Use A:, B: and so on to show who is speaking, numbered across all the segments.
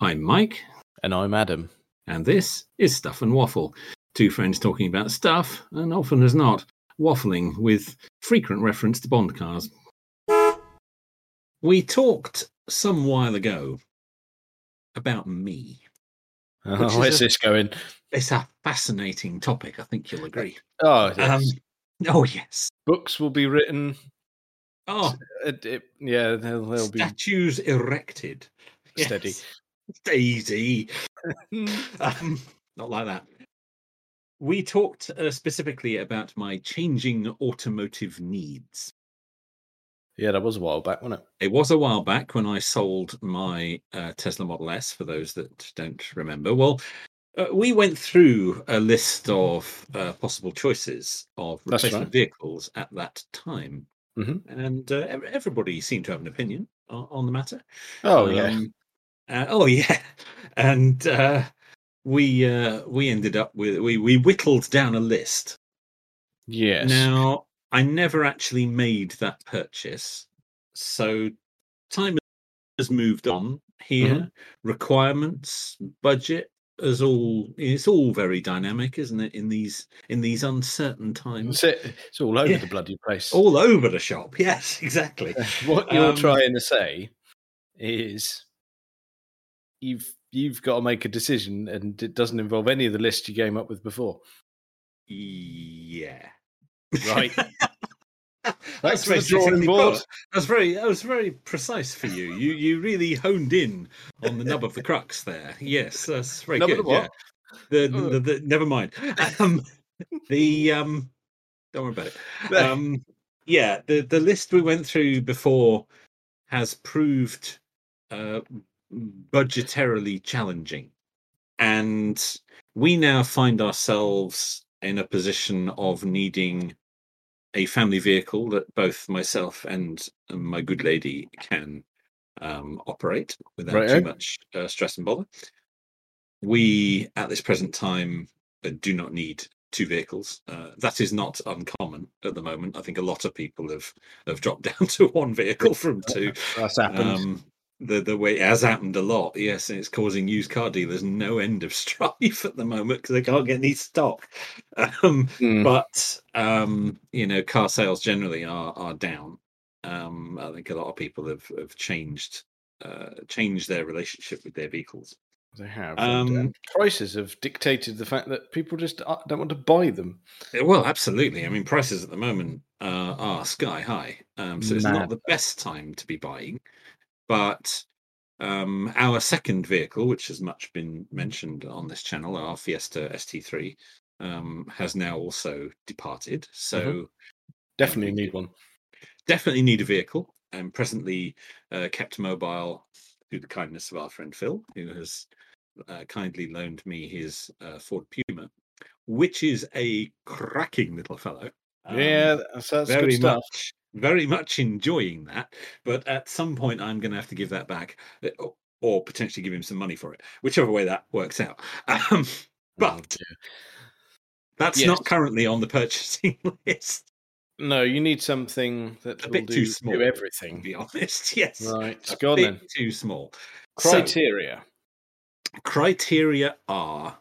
A: I'm Mike,
B: And I'm Adam.
A: and this is Stuff and Waffle. Two friends talking about stuff, and often as not, waffling with frequent reference to Bond cars. We talked some while ago about me. Which is
B: Oh, where's
A: a-
B: this going?
A: It's a fascinating topic, I think you'll agree.
B: Oh, yes.
A: Um, oh, yes.
B: books will be written.
A: Oh,
B: It, it, yeah, they'll, they'll be
A: statues erected.
B: steady.
A: Yes. Daisy. um, not like that. We talked uh, specifically about my changing automotive needs.
B: yeah, that was a while back, wasn't
A: It was a while back when I sold my uh, Tesla Model S, for those that don't remember. Well, uh, we went through a list of uh, possible choices of
B: That's
A: replacement
B: right.
A: vehicles at that time.
B: Mhm.
A: And uh, ev- everybody seemed to have an opinion on, on the matter.
B: it? Oh, yeah.
A: Um, uh, oh yeah, and uh, we uh, we ended up with we we whittled down a list.
B: Yes.
A: Now I never actually made that purchase, so time has moved on here.
B: Mm-hmm.
A: Requirements, budget, as all it's all very dynamic, isn't it? In these in these uncertain times,
B: It's, it. it's all over
A: Yeah.
B: the bloody place.
A: all over the shop. Yes, exactly.
B: what you're
A: um,
B: trying to say is you've you've got to make a decision and it doesn't involve any of the list you came up with before.
A: Yeah.
B: Right.
A: That's
B: to the
A: very
B: drawing
A: specifically
B: board.
A: put. That's very that was very precise for you. You you really honed in on the nub of the crux there. Yes, that's very
B: Nub of
A: good.
B: the
A: yeah.
B: what?
A: The,
B: Oh.
A: the, the- never mind. Um, the um don't worry about it.
B: No.
A: Um yeah, the the list we went through before has proved uh budgetarily challenging. And we now find ourselves in a position of needing a family vehicle that both myself and um, my good lady can um, operate without
B: Righto.
A: too much uh, stress and bother. We, at this present time, uh, do not need two vehicles. Uh, that is not uncommon at the moment. I think a lot of people have have dropped down to one vehicle from two.
B: That's happened.
A: Um, the the way it has happened a lot, yes, and it's causing used car dealers no end of strife at the moment because they can't get any stock. Um,
B: Hmm.
A: but um you know car sales generally are are down um i think a lot of people have have changed uh changed their relationship with their vehicles
B: They have. and,
A: Um,
B: and prices have dictated the fact that people just uh, don't want to buy them.
A: Yeah, well absolutely i mean prices at the moment uh, are sky high um so it's not
B: Mad.
A: the best time to be buying but um our second vehicle which has much been mentioned on this channel our fiesta st3 um has now also departed so
B: Definitely need one.
A: definitely need a vehicle and presently uh, kept mobile through the kindness of our friend Phil, who has uh, kindly loaned me his uh, Ford Puma, which is a cracking little fellow.
B: yeah,
A: Um,
B: that's, that's
A: very
B: good stuff.
A: much, very much enjoying that. But at some point, I'm going to have to give that back uh, or- or potentially give him some money for it, whichever way that works out. Um, but that's
B: Oh, Yes.
A: not currently on the purchasing list,
B: No, you need something that
A: A
B: will
A: bit
B: do,
A: too
B: do
A: small. to
B: everything.
A: be honest. Yes.
B: Right,
A: a
B: go on
A: bit
B: then.
A: too small. So,
B: Criteria.
A: criteria are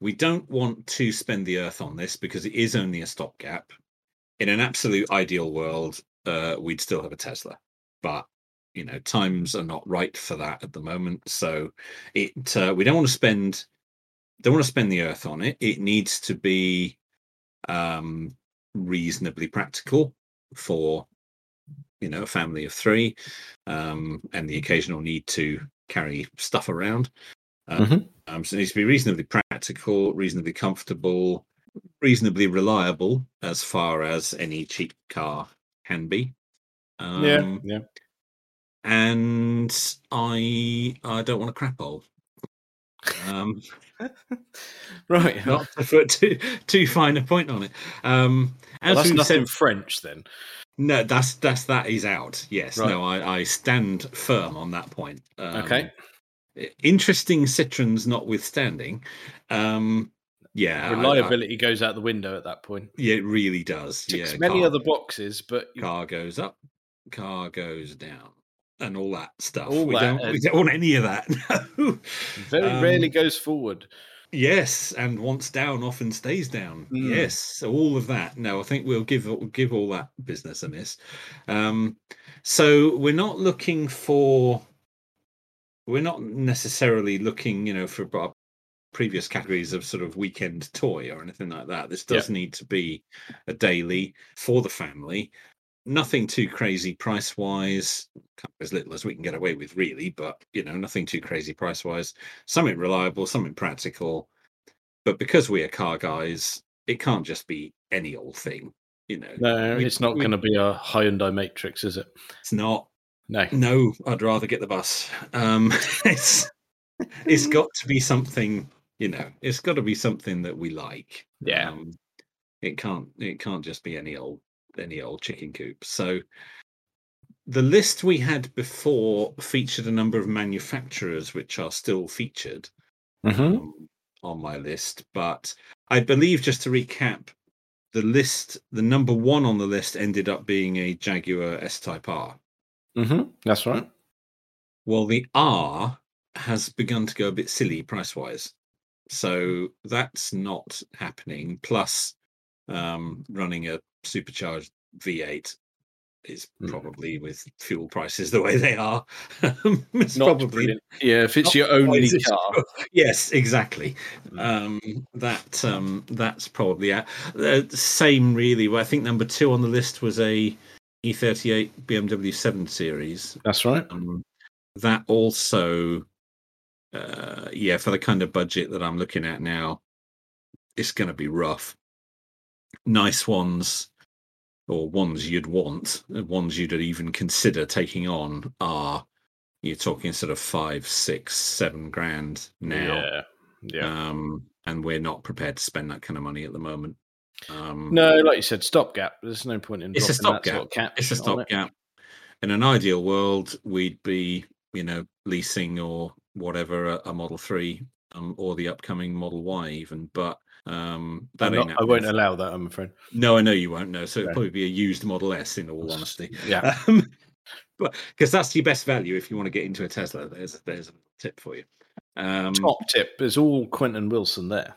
A: we don't want to spend the earth on this because it is only a stopgap. In an absolute ideal world, uh, we'd still have a Tesla, but you know times are not right for that at the moment. So it uh, we don't want to spend don't want to spend the earth on it. It needs to be um, reasonably practical for you know a family of three um, and the occasional need to carry stuff around. Uh,
B: Mhm.
A: um, so it needs to be reasonably practical, reasonably comfortable, reasonably reliable as far as any cheap car can be. Um,
B: yeah,
A: And I I don't want a crap hole. Um,
B: yeah. right. well,
A: not to put too too fine a point on it. Um, as
B: that's
A: we've
B: nothing
A: said,
B: French then.
A: no, that's that's that is out. Yes,
B: Right.
A: no, I, I stand firm on that point. Um,
B: okay.
A: i- interesting citrons notwithstanding. Um, yeah, I- I-
B: Reliability goes out the window at that point.
A: yeah, it really does.
B: Ticks
A: yeah,
B: many
A: car,
B: other boxes, but you-
A: car goes up, car goes down. and all that stuff.
B: All
A: we,
B: that,
A: don't, we don't want any of that. No.
B: Very
A: Um,
B: rarely goes forward.
A: Yes, and once down, often stays down.
B: Mm.
A: Yes, all of that. No, I think we'll give give all that business a miss. Um, so we're not looking for, we're not necessarily looking, you know, for our previous categories of sort of weekend toy or anything like that. This
B: Yeah.
A: does need to be a daily for the family. Nothing too crazy price wise. As little as we can get away with, really, but you know, nothing too crazy price wise something reliable, something practical. But because we are car guys, it can't just be any old thing. You know,
B: No,
A: we-
B: it's not
A: we-
B: going to be a Hyundai Matrix, is it?
A: it's not.
B: No.
A: No, I'd rather get the bus. Um, it's it's got to be something. You know, it's got to be something that we like.
B: Yeah.
A: Um, it can't. It can't just be any old any old chicken coop. So. The list we had before featured a number of manufacturers which are still featured.
B: Mhm.
A: um, on my list. But I believe, just to recap, the list, the number one on the list ended up being a Jaguar S Type R.
B: Mhm. That's right.
A: Well, the R has begun to go a bit silly price wise.
B: Hmm.
A: So that's not happening. Plus, um, running a supercharged V8 is
B: Mm.
A: probably with fuel prices the way they are. um, it's
B: Not brilliant. Yeah, if it's your only
A: It's-
B: car.
A: Yes, exactly.
B: Mm.
A: Um, that um, that's probably a, uh, same really. Well, I think number two on the list was a E E38 BMW 7 Series.
B: That's right.
A: Um, that also, uh, yeah, for the kind of budget that I'm looking at now, it's going to be rough. Nice ones, or ones you'd want, uh, ones you'd even consider taking on are you're talking sort of five, six, seven grand now
B: Yeah. Yeah.
A: um, and we're not prepared to spend that kind of money at the moment. Um,
B: No, like you said, stopgap. There's no point in
A: It's a
B: dropping that
A: stopgap.
B: sort of catch
A: it's a
B: on it.
A: stopgap. In an ideal world, we'd be, you know, leasing or whatever a, a Model Three um, or the upcoming Model Y even, but um, that
B: I'm
A: ain't.
B: not- I
A: happening.
B: won't allow that, I'm afraid.
A: No, I know you won't. No, so it'd
B: No.
A: probably be a used Model S in all honesty.
B: Yeah.
A: Um, but because that's your best value if you want to get into a Tesla. There's there's a tip for you. Um,
B: Top tip is all Quentin Wilson there.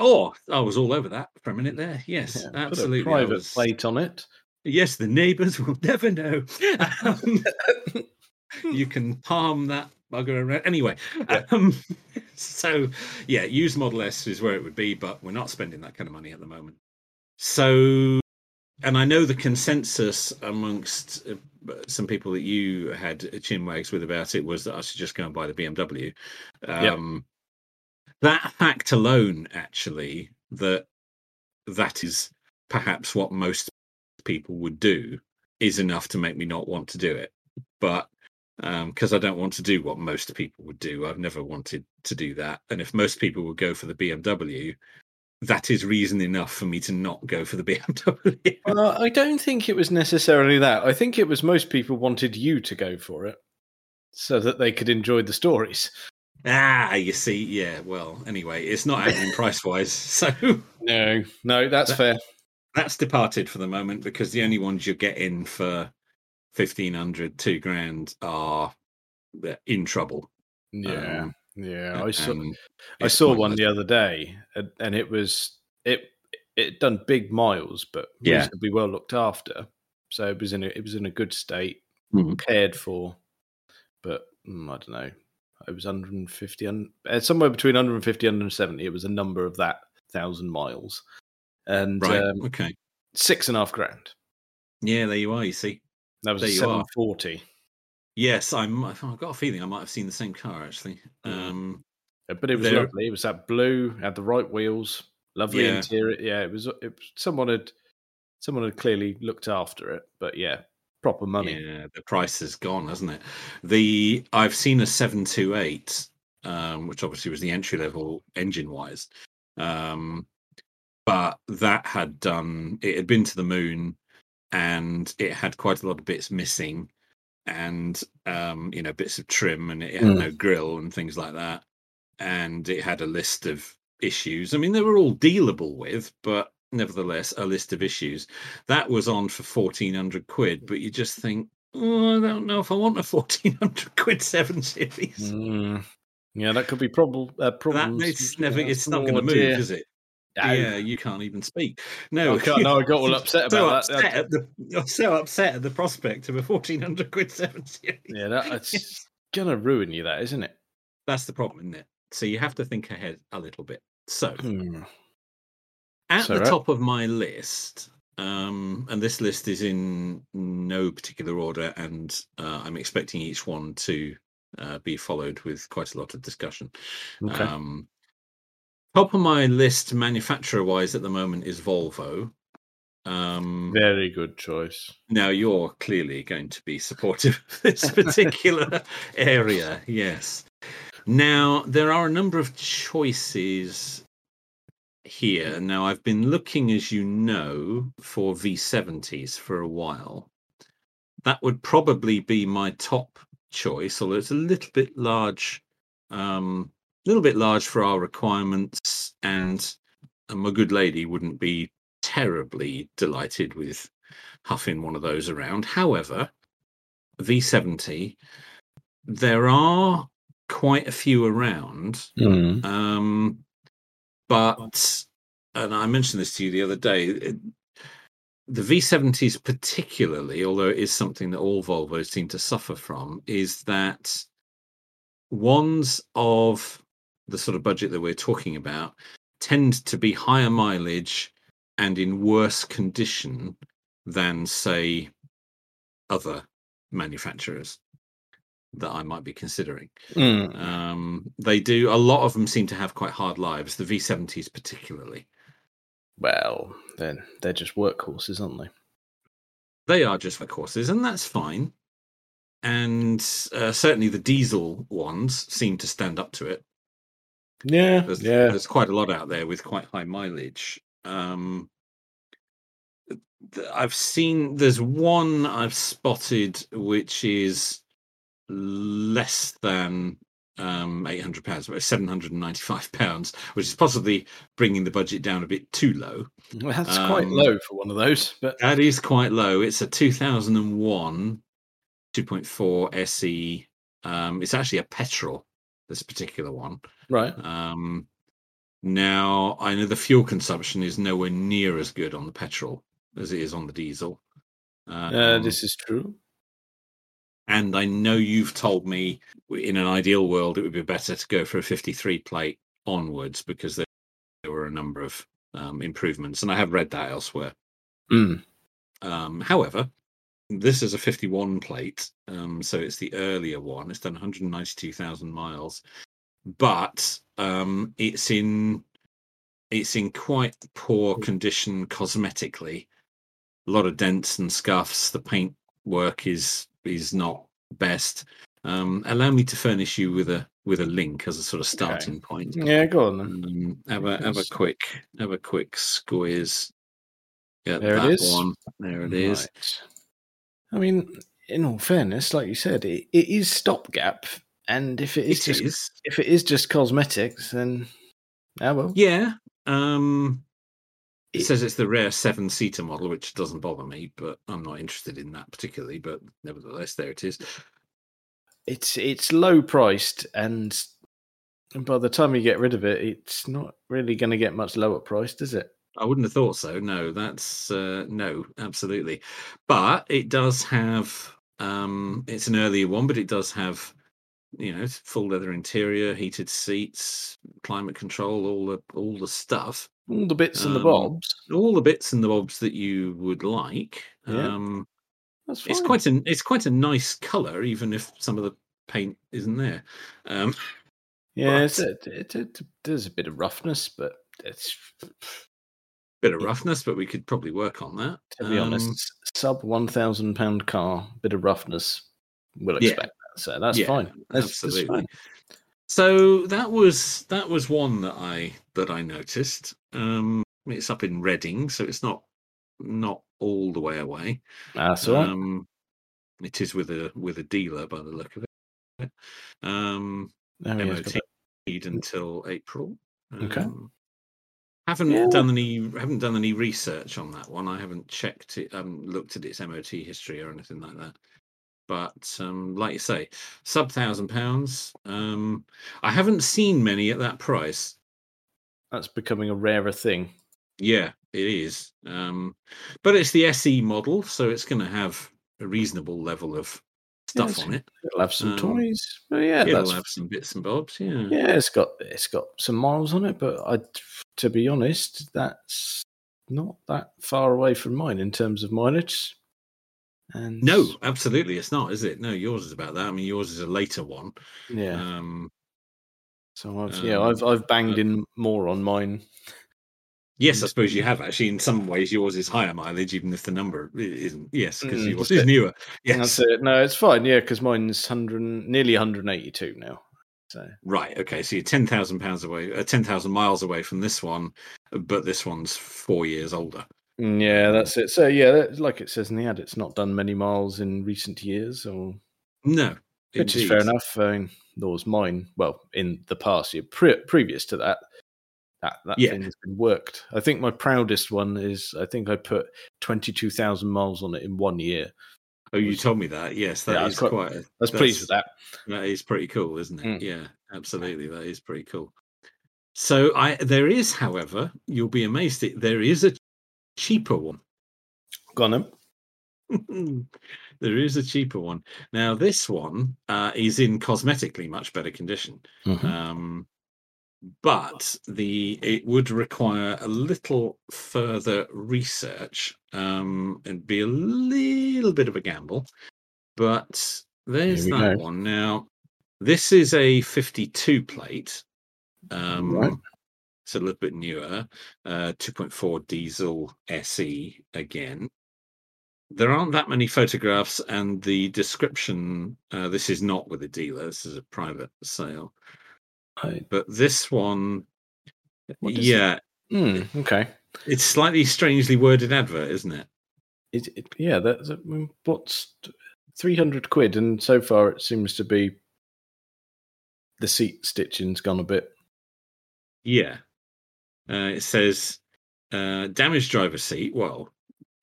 A: Oh, I was all over that for a minute there. Yes,
B: Yeah,
A: absolutely. I
B: Put a private
A: was-
B: plate on it.
A: Yes, the neighbours will never know. Um, you can palm that bugger around. Anyway,
B: Yeah.
A: um, so yeah, used Model S is where it would be, but we're not spending that kind of money at the moment. So, and I know the consensus amongst uh, b- some people that you had chinwags with about it was that I should just go and buy the BMW.
B: Yep.
A: Um, That fact alone, actually, that that is perhaps what most people would do is enough to make me not want to do it. But because I don't want to do what most people would do, I've never wanted to do that. And if most people would go for the BMW, that is reason enough for me to not go for the BMW.
B: Well, I don't think it was necessarily that. I think it was most people wanted you to go for it so that they could enjoy the stories.
A: ah, you see, yeah. Well, anyway, it's not happening price wise, so
B: No, no, that's
A: That-
B: fair.
A: that's departed for the moment because the only ones you're getting for 1500 two grand are uh, in trouble
B: Yeah,
A: Um,
B: yeah. I saw,
A: and
B: I
A: it's
B: saw one
A: pointless.
B: the other day, and, and it was it it done big miles, but
A: Yeah.
B: reasonably well looked after. So it was in a, it was in a good state,
A: Mm.
B: cared for, but mm, I don't know. It was 150, un- uh, somewhere between 150 and 170. It was a number of that thousand miles, and
A: right
B: um,
A: okay
B: six and a half grand.
A: yeah there you are you see
B: That was
A: There
B: a
A: you are.
B: 740.
A: yes i'm i've got a feeling i might have seen the same car actually
B: Mm.
A: um
B: Uh, But it was
A: There-
B: lovely. It was that blue, had the right wheels, lovely
A: Yeah.
B: interior. Yeah, it was. It, was- someone had someone had clearly looked after it. But yeah, proper money.
A: yeah the price has gone hasn't it the i've seen a 728 um which obviously was the entry level engine wise um but that had done it had been to the moon and it had quite a lot of bits missing and um you know bits of trim and it had
B: Mm.
A: no grill and things like that and it had a list of issues i mean they were all dealable with but nevertheless a list of issues that was on for 1400 quid but you just think oh, I don't know if I want a fourteen hundred quid seven series.
B: Mm. Yeah, that could be prob- uh,
A: That
B: problems.
A: it's never, it's not
B: Oh,
A: going to move,
B: dear.
A: is it?
B: No.
A: Yeah, you can't even speak. No,
B: I can't, no, I got all upset about
A: so
B: that.
A: upset at the I'm so upset at the prospect of a fourteen hundred quid seven series.
B: Yeah, that, it's gonna ruin you, that isn't it?
A: That's the problem, isn't it? So you have to think ahead a little bit. So
B: Hmm.
A: at
B: So,
A: the
B: right.
A: top of my list, um, and this list is in no particular order, and uh, I'm expecting each one to uh, be followed with quite a lot of discussion.
B: Okay.
A: Um, top of my list, manufacturer wise, at the moment is Volvo. Um,
B: Very good choice.
A: Now you're clearly going to be supportive of this particular area, yes. Now there are a number of choices here. Now I've been looking, as you know, for V70s for a while. That would probably be my top choice, although it's a little bit large, um, a little bit large for our requirements, and uh, my good lady wouldn't be terribly delighted with huffing one of those around. However, V70, there are quite a few around.
B: Hmm.
A: Um, but, and I mentioned this to you the other day, it- the V70s, particularly, although it is something that all Volvos seem to suffer from, is that ones of the sort of budget that we're talking about tend to be higher mileage and in worse condition than, say, other manufacturers that I might be considering.
B: Mm.
A: Um, they do. A lot of them seem to have quite hard lives. The V70s, particularly,
B: Well, then they're just workhorses, aren't they?
A: they are just for courses, and that's fine. And uh, certainly the diesel ones seem to stand up to it.
B: Yeah,
A: There's,
B: yeah.
A: there's quite a lot out there with quite high mileage. Um, th- I've seen there's one I've spotted which is less than um, 800 pounds, about 795 pounds, which is possibly bringing the budget down a bit too low.
B: Well, that's quite
A: um,
B: low for one of those. But
A: That is quite low. It's a 2001 2.4 SE. Um, it's actually a petrol, this particular one.
B: right,
A: Um, now, I know the fuel consumption is nowhere near as good on the petrol as it is on the diesel.
B: uh,
A: Um,
B: this is true.
A: And I know you've told me w- in an ideal world it would be better to go for a 53 plate onwards because there, there were a number of um, improvements. And I have read that elsewhere.
B: Mm.
A: Um, however, this is a 51 plate, um, so it's the earlier one. It's done 192,000 miles, but um, it's in it's in quite poor condition cosmetically. A lot of dents and scuffs. The paint work is is not best. Um, allow me to furnish you with a with a link as a sort of starting point.
B: Yeah, go on then.
A: Um, have a have a
B: Yes.
A: quick have a quick squeeze. Yeah,
B: There it
A: that
B: is.
A: One. There it is.
B: Right. I mean, in all fairness, like you said, it, it is stopgap, and if it is
A: It
B: just
A: is.
B: if it is just cosmetics, then ah well.
A: Yeah. Um it
B: It-
A: says it's the rare seven seater model, which doesn't bother me, but I'm not interested in that particularly. But nevertheless, there it is.
B: it's it's low priced and by the time you get rid of it it's not really going to get much lower priced is it
A: I wouldn't have thought so. No, that's uh, no, absolutely. But it does have um it's an earlier one, but it does have you know it's full leather interior, heated seats, climate control, all the all the stuff.
B: all the bits and the
A: Um,
B: bobs
A: All the bits and the bobs that you would like.
B: Yeah.
A: Um
B: that's fine.
A: it's quite an it's quite a nice color even if some of the paint isn't there um
B: yeah it's a, it, it- there's a bit of roughness but it's
A: bit of
B: Yeah.
A: roughness but we could probably work on that
B: to be honest
A: Um,
B: s- sub 1000 pound car bit of roughness we'll
A: Yeah.
B: expect that so that's
A: Yeah,
B: fine that's, that's
A: absolutely.
B: fine.
A: so that was that was one that i that i noticed um it's up in reading so it's not not all the way away
B: that's all right
A: um it is with a with a dealer by the look of it um
B: There we go.
A: MOT until April.
B: Okay.
A: Um, haven't
B: Yeah.
A: done any haven't done um, any research on that one. I haven't checked it. I haven't looked at its MOT history or anything like that. But um, like you say, sub thousand pounds. Um, I haven't seen many at that price.
B: That's becoming a rarer thing.
A: Yeah, it is. Um, but it's the SE model, so it's going to have a reasonable level of stuff
B: Yes.
A: on it.
B: It'll have some
A: Um,
B: toys. Well, yeah,
A: It'll
B: that's
A: have some bits and bobs. Yeah.
B: yeah. It's got it's got some miles on it, but I, to be honest, that's not that far away from mine in terms of mileage. And
A: No, absolutely, it's not, is it? No, yours is about that. I mean, yours is a later one.
B: yeah.
A: Um,
B: so I've yeah,
A: um,
B: I've I've banged in more on mine.
A: yes, I
B: Mm.
A: suppose you have actually. In some ways, yours is higher mileage, even if the number i- isn't. Yes, because
B: Mm,
A: yours
B: that's
A: is
B: it.
A: newer. Yes,
B: That's it. No, it's fine. Yeah, because mine's hundred nearly hundred eighty two now. So
A: right. Okay, so you're ten thousand pounds away, uh, ten thousand miles away from this one, but this one's four years older.
B: Mm, Yeah, that's it. So yeah, that, like it says in the ad, it's not done many miles in recent years, or
A: No,
B: which is fair
A: indeed.
B: enough. I mean, there was mine. Well, in the past year, pre- previous to that, that that
A: Yeah.
B: thing has been worked. I think my proudest one is I think I put twenty two thousand miles on it in one year.
A: Oh, you
B: was-
A: told me that. Yes, that is
B: Yeah, I was quite-
A: quite. a-
B: I was pleased with that.
A: That is pretty cool, isn't it?
B: Mm.
A: Yeah, absolutely. That is pretty cool. So I there is, however, you'll be amazed at there is a cheaper one.
B: Gone him.
A: there is a cheaper one. Now this one uh, is in cosmetically much better condition.
B: Mm-hmm.
A: Um, but the it would require a little further research um, and be a little bit of a gamble. But there's
B: we
A: that
B: go.
A: one. Now, this is a 52 plate. Um,
B: Right.
A: It's a little bit newer, uh, 2.4 diesel SE again. There aren't that many photographs, and the description uh, this is not with a dealer, this is a private sale
B: I,
A: but this one
B: What does it-
A: yeah
B: mm, okay.
A: it's slightly strangely worded advert isn't it
B: It, it, yeah, that's I mean, what's three hundred quid, and so far it seems to be the seat stitching's gone a bit.
A: yeah uh, it says uh damaged driver's seat well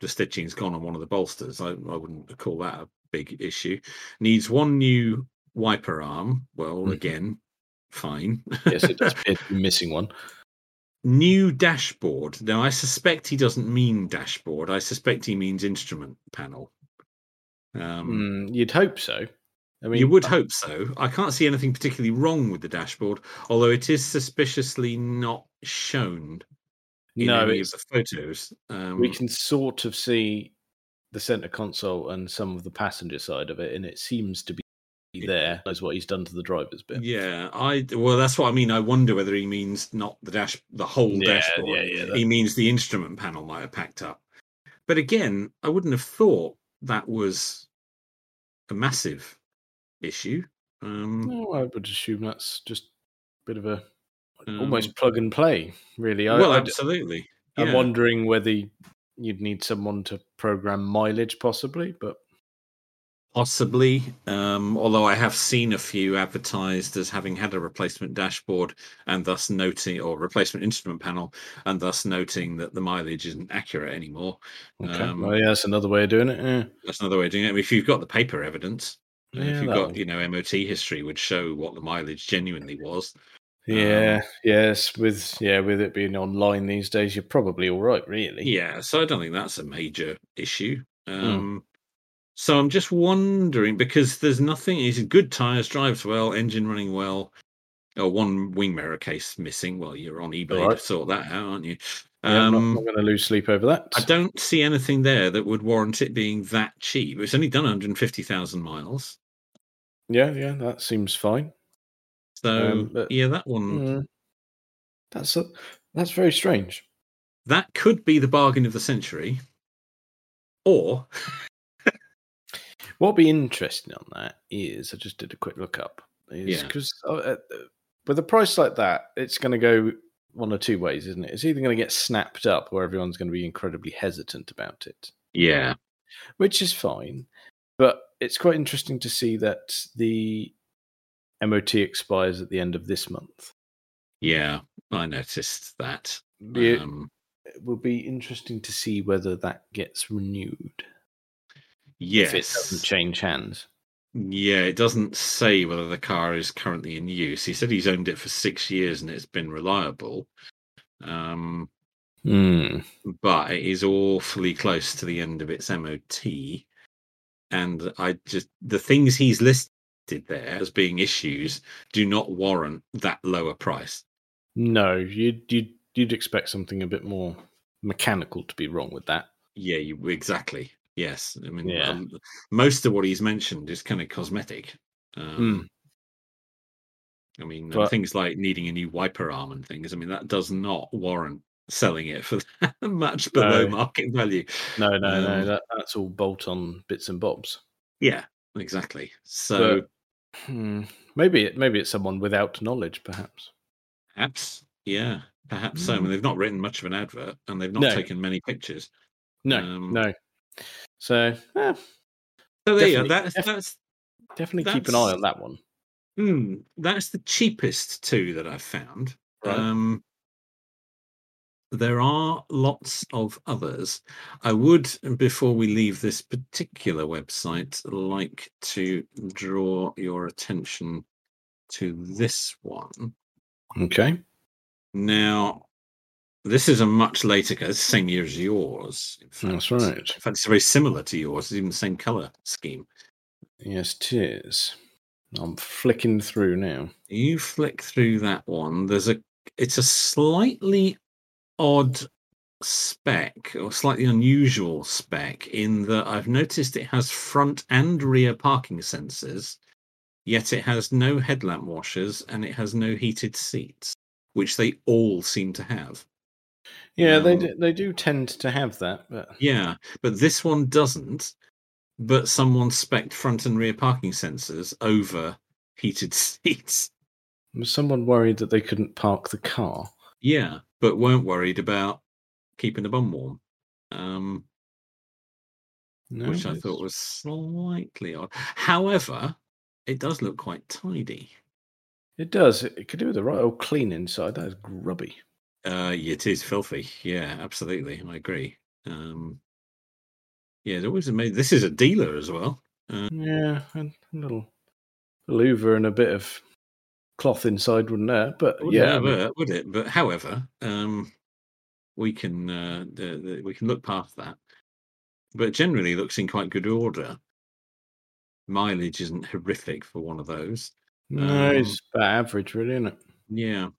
A: the stitching's gone on one of the bolsters I, I wouldn't call that a big issue needs one new wiper arm well
B: Mhm.
A: again fine
B: Yes, it does appear to be missing one.
A: new dashboard now i suspect he doesn't mean dashboard i suspect he means instrument panel um
B: Mm, you'd hope so. I mean,
A: you would hope so. I can't see anything particularly wrong with the dashboard, although it is suspiciously not shown in
B: no,
A: any of
B: it's,
A: the photos. Um,
B: we can sort of see the center console and some of the passenger side of it, and it seems to be there. That's what he's done to the driver's bit.
A: yeah, I d- well, that's what I mean. I wonder whether he means not the dash, the whole
B: Yeah,
A: dashboard.
B: yeah, yeah, that-
A: He means the instrument panel might have packed up. But again, I wouldn't have thought that was a massive issue. Um,
B: No, I would assume that's just a bit of a
A: um,
B: almost plug and play, really. I,
A: well,
B: I d-
A: absolutely.
B: I'm
A: yeah.
B: wondering whether you'd need someone to program mileage, possibly, but
A: Possibly, um, although I have seen a few advertised as having had a replacement dashboard and thus noting, or replacement instrument panel, and thus noting that the mileage isn't accurate anymore.
B: okay.
A: Um,
B: well, yeah, that's another way of doing it. Yeah,
A: That's another way of doing it. I mean, if you've got the paper evidence, uh,
B: Yeah,
A: if you've
B: that
A: got
B: one.
A: you know MOT history, would show what the mileage genuinely was. Um,
B: yeah, yes. With yeah, with it being online these days, you're probably all right, really.
A: Yeah, so I don't think that's a major issue.
B: Hmm.
A: Um, So I'm just wondering because there's nothing. He's good tires, drives well, engine running well. Oh, one wing mirror case missing. Well, you're on eBay
B: right.
A: to sort that out, aren't you?
B: Yeah, I'm not,
A: Um,
B: going to lose sleep over that.
A: I don't see anything there that would warrant it being that cheap. It's only done 150,000 miles,
B: Yeah, yeah, that seems fine.
A: so
B: Um, but-
A: yeah, that one
B: Mm. That's a, that's very strange.
A: that could be the bargain of the century. Or
B: What'd be interesting on that is I just did a quick look up. Is
A: Yeah.
B: because with a price like that, it's going to go one or two ways, isn't it? It's either going to get snapped up, or everyone's going to be incredibly hesitant about it,
A: yeah,
B: which is fine. But it's quite interesting to see that the MOT expires at the end of this month.
A: yeah, I noticed that.
B: It-
A: Um,
B: it will be interesting to see whether that gets renewed.
A: yes,
B: if it doesn't change hands.
A: Yeah, it doesn't say whether the car is currently in use. He said he's owned it for six years and it's been reliable. Um,
B: Hmm.
A: but it is awfully close to the end of its MOT. And I just, the things he's listed there as being issues do not warrant that lower price.
B: No, you'd you'd you'd expect something a bit more mechanical to be wrong with that.
A: Yeah, you, exactly. Yes. I mean,
B: Yeah.
A: um, most of what he's mentioned is kind of cosmetic. Um, I mean, uh,
B: Mm. But-
A: things like needing a new wiper arm and things. I mean, that does not warrant selling it for that much below
B: No.
A: market value.
B: No, no, no.
A: Um,
B: That, that's all bolt on bits and bobs.
A: Yeah, exactly. So,
B: Hmm. Maybe it maybe it's someone without knowledge, perhaps.
A: perhaps, yeah, perhaps so. I mean, they've not written much of an advert and they've not
B: Mm. No.
A: taken many pictures.
B: No,
A: Um,
B: no. So eh,
A: So there you go.
B: Definitely-
A: That's,
B: def-
A: that's,
B: definitely keep an eye
A: That's-
B: on that one.
A: mm, that's the cheapest two that I've found.
B: Right.
A: Um, there are lots of others. I would, before we leave this particular website, like to draw your attention to this one.
B: okay.
A: Now, this is a much later, ca- it's the same year as yours. In fact.
B: That's right.
A: In fact, it's very similar to yours. It's even the same color scheme.
B: Yes, it is. I'm flicking through now.
A: You flick through that one. There's a. It's a slightly odd spec or slightly unusual spec in that I've noticed it has front and rear parking sensors, yet it has no headlamp washers and it has no heated seats, which they all seem to have.
B: Yeah, they
A: Um,
B: do, they do tend to have that, but
A: Yeah, but this one doesn't. But someone spec'd front and rear parking sensors over heated seats.
B: was someone worried that they couldn't park the car?
A: Yeah, but weren't worried about keeping the bum warm, um,
B: No,
A: which I
B: it's-
A: thought was slightly odd. However, it does look quite tidy.
B: it does. It it could do with a right old clean inside. That is grubby.
A: Uh, yeah, it is filthy. Yeah, absolutely. I agree. Um, yeah, it always amazing. This is a dealer as well.
B: Yeah, and a little, little hoover and a bit of cloth inside wouldn't hurt. But
A: Wouldn't
B: yeah, I
A: have
B: mean,
A: hurt, would it? But however, um, we can uh, the, the, we can look past that. But generally, looks in quite good order. Mileage isn't horrific for one of those.
B: no,
A: um,
B: it's about average, really, isn't it?
A: Yeah,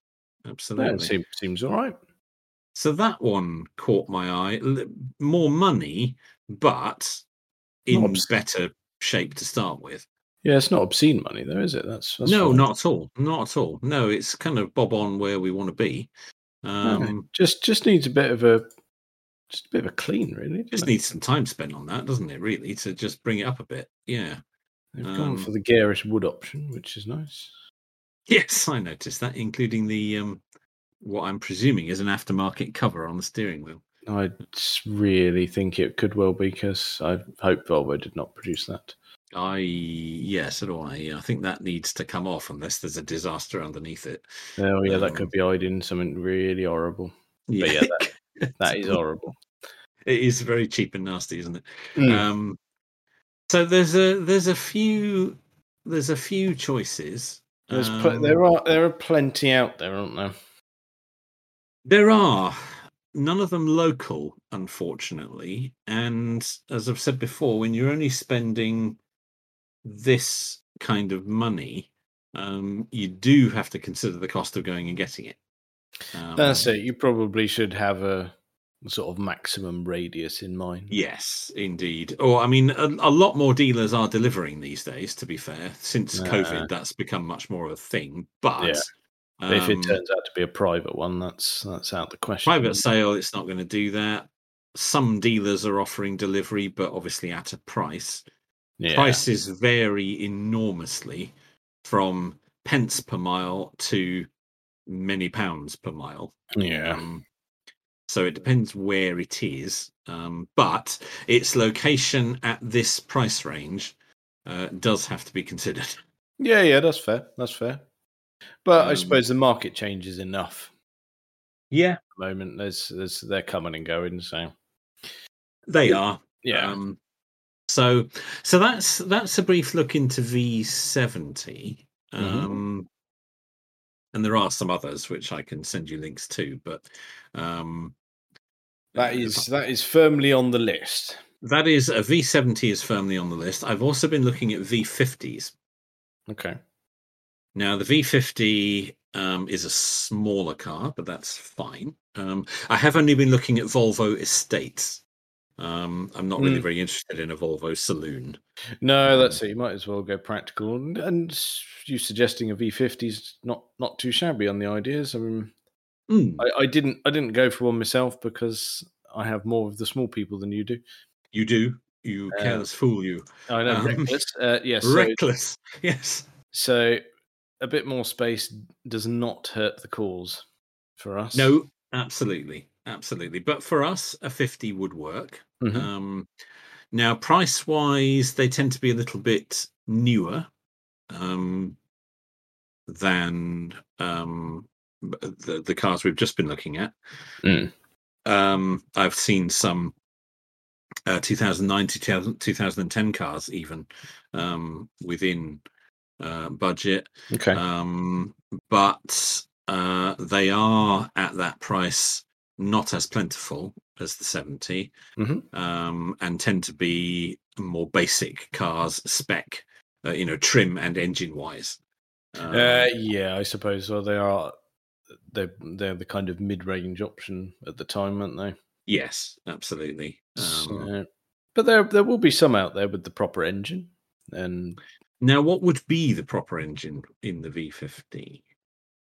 B: No,
A: absolutely.
B: it seems seems all right.
A: So that one caught my eye. L- More money, but in
B: Not obs-
A: better shape to start with.
B: Yeah, it's not obscene money though, is it? That's, that's
A: no,
B: fine.
A: not at all. Not at all. No, it's kind of bob on where we want to be.
B: No,
A: Um,
B: just just needs a bit of a just a bit of a clean, really. doesn't
A: Just
B: it?
A: needs some time spent on that, doesn't it? Really, to just bring it up a bit. Yeah.
B: They've gone
A: um,
B: for the garish wood option, which is nice.
A: Yes, I noticed that, including the um, what I'm presuming is an aftermarket cover on the steering wheel.
B: I s- really think it could well be because I hope Volvo did not produce that.
A: I yes, so do I. Yeah, I think that needs to come off unless there's a disaster underneath it.
B: Oh yeah, that
A: Um,
B: could be hiding something really horrible. But yeah, That is horrible.
A: it is very cheap and nasty, isn't it?
B: Mm.
A: Um, so there's a there's a few there's a few choices.
B: There's pl-
A: Um,
B: there are there are plenty out there, aren't there?
A: There are none of them local, unfortunately. And as I've said before, when you're only spending this kind of money, um, you do have to consider the cost of going and getting it. Um,
B: That's it. You probably should have a sort of maximum radius in mind.
A: Yes, indeed. Or I mean, a, a lot more dealers are delivering these days. To be fair, since
B: Uh,
A: COVID, that's become much more of a thing. But
B: if it
A: um,
B: turns out to be a private one, that's that's out the question.
A: private sale it's not going to do that some dealers are offering delivery but obviously at a price
B: yeah.
A: prices vary enormously from pence per mile to many pounds per mile
B: Yeah.
A: um, so it depends where it is um, but its location at this price range uh, does have to be considered
B: Yeah, yeah, that's fair. That's fair. But I
A: Um,
B: suppose the market changes enough
A: yeah
B: at the moment. There's, there's they're coming and going, so
A: they are
B: yeah.
A: Um, So, so that's that's a brief look into V70.
B: Mhm.
A: Um, and there are some others which I can send you links to, but um,
B: That
A: uh,
B: is that is firmly on the list.
A: that is a V70 is firmly on the list. I've also been looking at V50s.
B: Okay.
A: Now the V50 um, is a smaller car, but that's fine. Um, I have only been looking at Volvo Estates. Um, I'm not really
B: Mm.
A: very interested in a Volvo saloon.
B: No,
A: Um,
B: that's it. You might as well go practical. And, and s- you suggesting a V50 is not not too shabby on the ideas. I mean,
A: Mm,
B: I, I didn't I didn't go for one myself because I have more of the small people than you do.
A: you do. You
B: Uh,
A: careless fool, you
B: I know.
A: Um,
B: reckless. Uh, yes. so,
A: reckless. Yes.
B: so a bit more space does not hurt the cause for us.
A: No. Absolutely. Absolutely. But for us, a 50 would work.
B: Mhm.
A: Um, now, price wise, they tend to be a little bit newer um, than um, b- the, the cars we've just been looking at.
B: Mm.
A: Um, I've seen some uh, 2009 2000 2010 cars, even um, within uh, budget.
B: Okay.
A: Um, but uh, they are at that price not as plentiful as the 70
B: Mhm.
A: um, and tend to be more basic cars spec uh, you know trim and engine wise um,
B: Uh, yeah, I suppose. Well, they are. They they're the kind of mid-range option at the time, aren't they?
A: yes absolutely um,
B: So- but there there will be some out there with the proper engine, and
A: now what would be the proper engine in the v50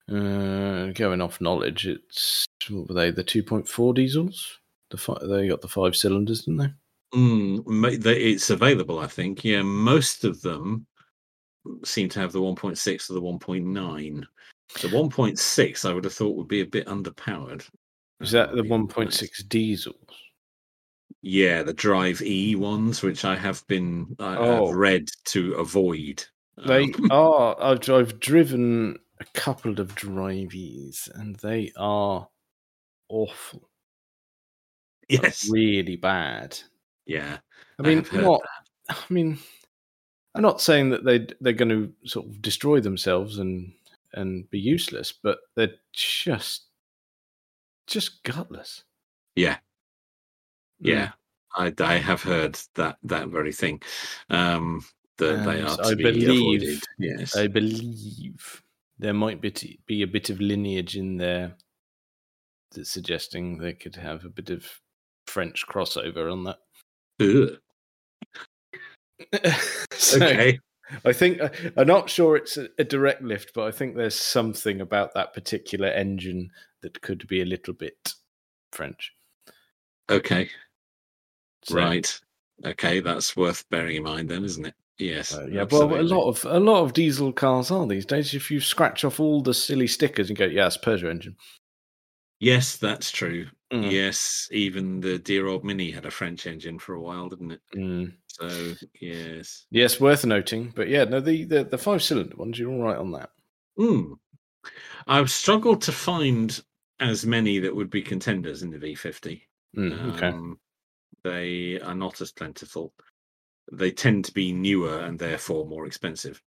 B: uh, going off knowledge, it's what were they the two point four diesels? The fi- they got the five cylinders, didn't they?
A: Mm, ma- the- it's available, I think. Yeah, most of them seem to have the 1.6 or the 1.9. The 1.6, I would have thought, would be a bit underpowered.
B: Is
A: uh,
B: that the
A: being
B: one
A: honest.
B: point six diesels?
A: Yeah, the Drive E ones, which I have been, I,
B: Oh.
A: I've read to avoid.
B: They
A: Um,
B: are. I've, I've driven a couple of driveys, and they are awful,
A: yes.
B: really bad.
A: Yeah. I
B: I mean,
A: have heard
B: not. I mean, I'm not saying that they they're going to sort of destroy themselves and and be useless, but they're just just gutless.
A: Yeah.
B: Mm.
A: Yeah. I, I have heard that that very thing. Um, that they
B: And
A: are to
B: I
A: be
B: believe
A: avoided. Yes.
B: I believe there might be t- be a bit of lineage in there that's suggesting they could have a bit of French crossover on that.
A: Ugh.
B: So-
A: Okay.
B: I think I- I'm not sure it's a, a direct lift, but I think there's something about that particular engine that could be a little bit French.
A: Okay.
B: So,
A: Right. Okay, that's worth bearing in mind then, isn't it? Yes.
B: uh, yeah, well,
A: absolutely.
B: a lot of a lot of diesel cars are these days. If you scratch off all the silly stickers and go, yeah, it's Peugeot engine.
A: Yes, that's true.
B: Mm,
A: Yes, even the dear old Mini had a French engine for a while, didn't it?
B: mm.
A: So yes.
B: Yes, worth noting. But yeah, no, the the, the five cylinder ones, you're all right on that.
A: Hmm. I've struggled to find as many that would be contenders in the V50.
B: Mm, okay.
A: Um, they are not as plentiful. They tend to be newer and therefore more expensive.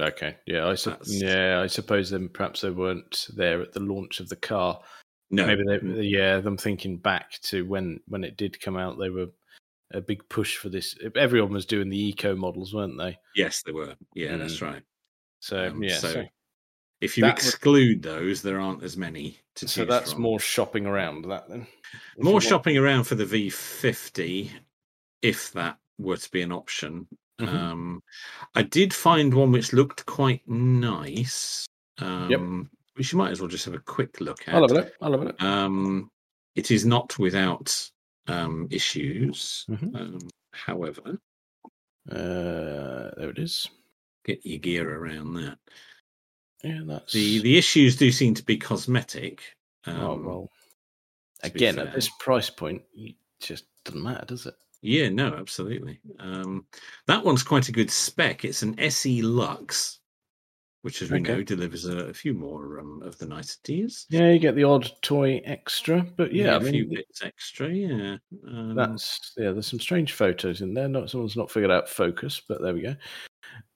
B: Okay. Yeah, I su-
A: that's-
B: yeah, I suppose then perhaps they weren't there at the launch of the car.
A: No,
B: maybe they,
A: n-
B: they- yeah them thinking back to when when it did come out they were a big push for this E, everyone was doing the eco models weren't they
A: yes, they were. Yeah, that's
B: Mm.
A: right.
B: so
A: Um,
B: yeah
A: so
B: so,
A: If you
B: That would-
A: exclude those, there aren't as many to choose
B: so that's
A: from.
B: more shopping around that then If you
A: more
B: want-
A: shopping around for the V50, if that were to be an option.
B: Mhm.
A: Um, I did find one which looked quite nice. Um, Which you might as well just have a quick look at.
B: i'll have a look i'll have a look
A: Um, it is not without um, issues.
B: Mhm.
A: Um, however,
B: uh there it is
A: get your gear around that.
B: yeah that's
A: The the issues do seem to be cosmetic. Um,
B: oh well
A: to be
B: again
A: fair.
B: at this price point it just doesn't matter does it
A: Yeah, no, absolutely. Um, that one's quite a good spec. It's an SE Lux. E which, as we
B: Okay.
A: know, delivers a, a few more um, of the niceties.
B: Yeah, you get the odd toy extra, but yeah, I
A: a few
B: mean,
A: bits extra. Yeah, um,
B: that's yeah. There's some strange photos in there. Not someone's not figured out focus, but there we go.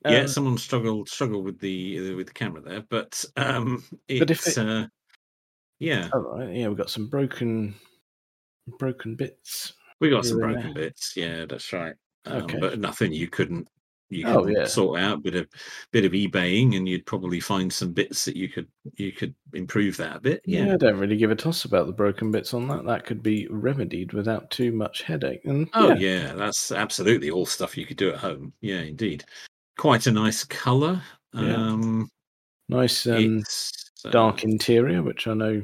A: yeah.
B: Um,
A: Someone struggled struggled with the uh, with the camera there, but um, it's
B: But if it-
A: uh, yeah,
B: all right, yeah, we've got some broken, broken bits.
A: we got some
B: here and
A: broken bits. Yeah, that's right. Um,
B: Okay.
A: But nothing you couldn't you could
B: Oh, yeah.
A: sort out bit of bit of eBaying, and you'd probably find some bits that you could you could improve that a bit.
B: Yeah. I don't really give a toss about the broken bits on that. That could be remedied without too much headache. And
A: Oh
B: yeah,
A: yeah. that's absolutely all stuff you could do at home. Yeah, indeed. Quite a nice colour.
B: Yeah.
A: Um,
B: nice um,
A: it's, uh,
B: dark interior, which I know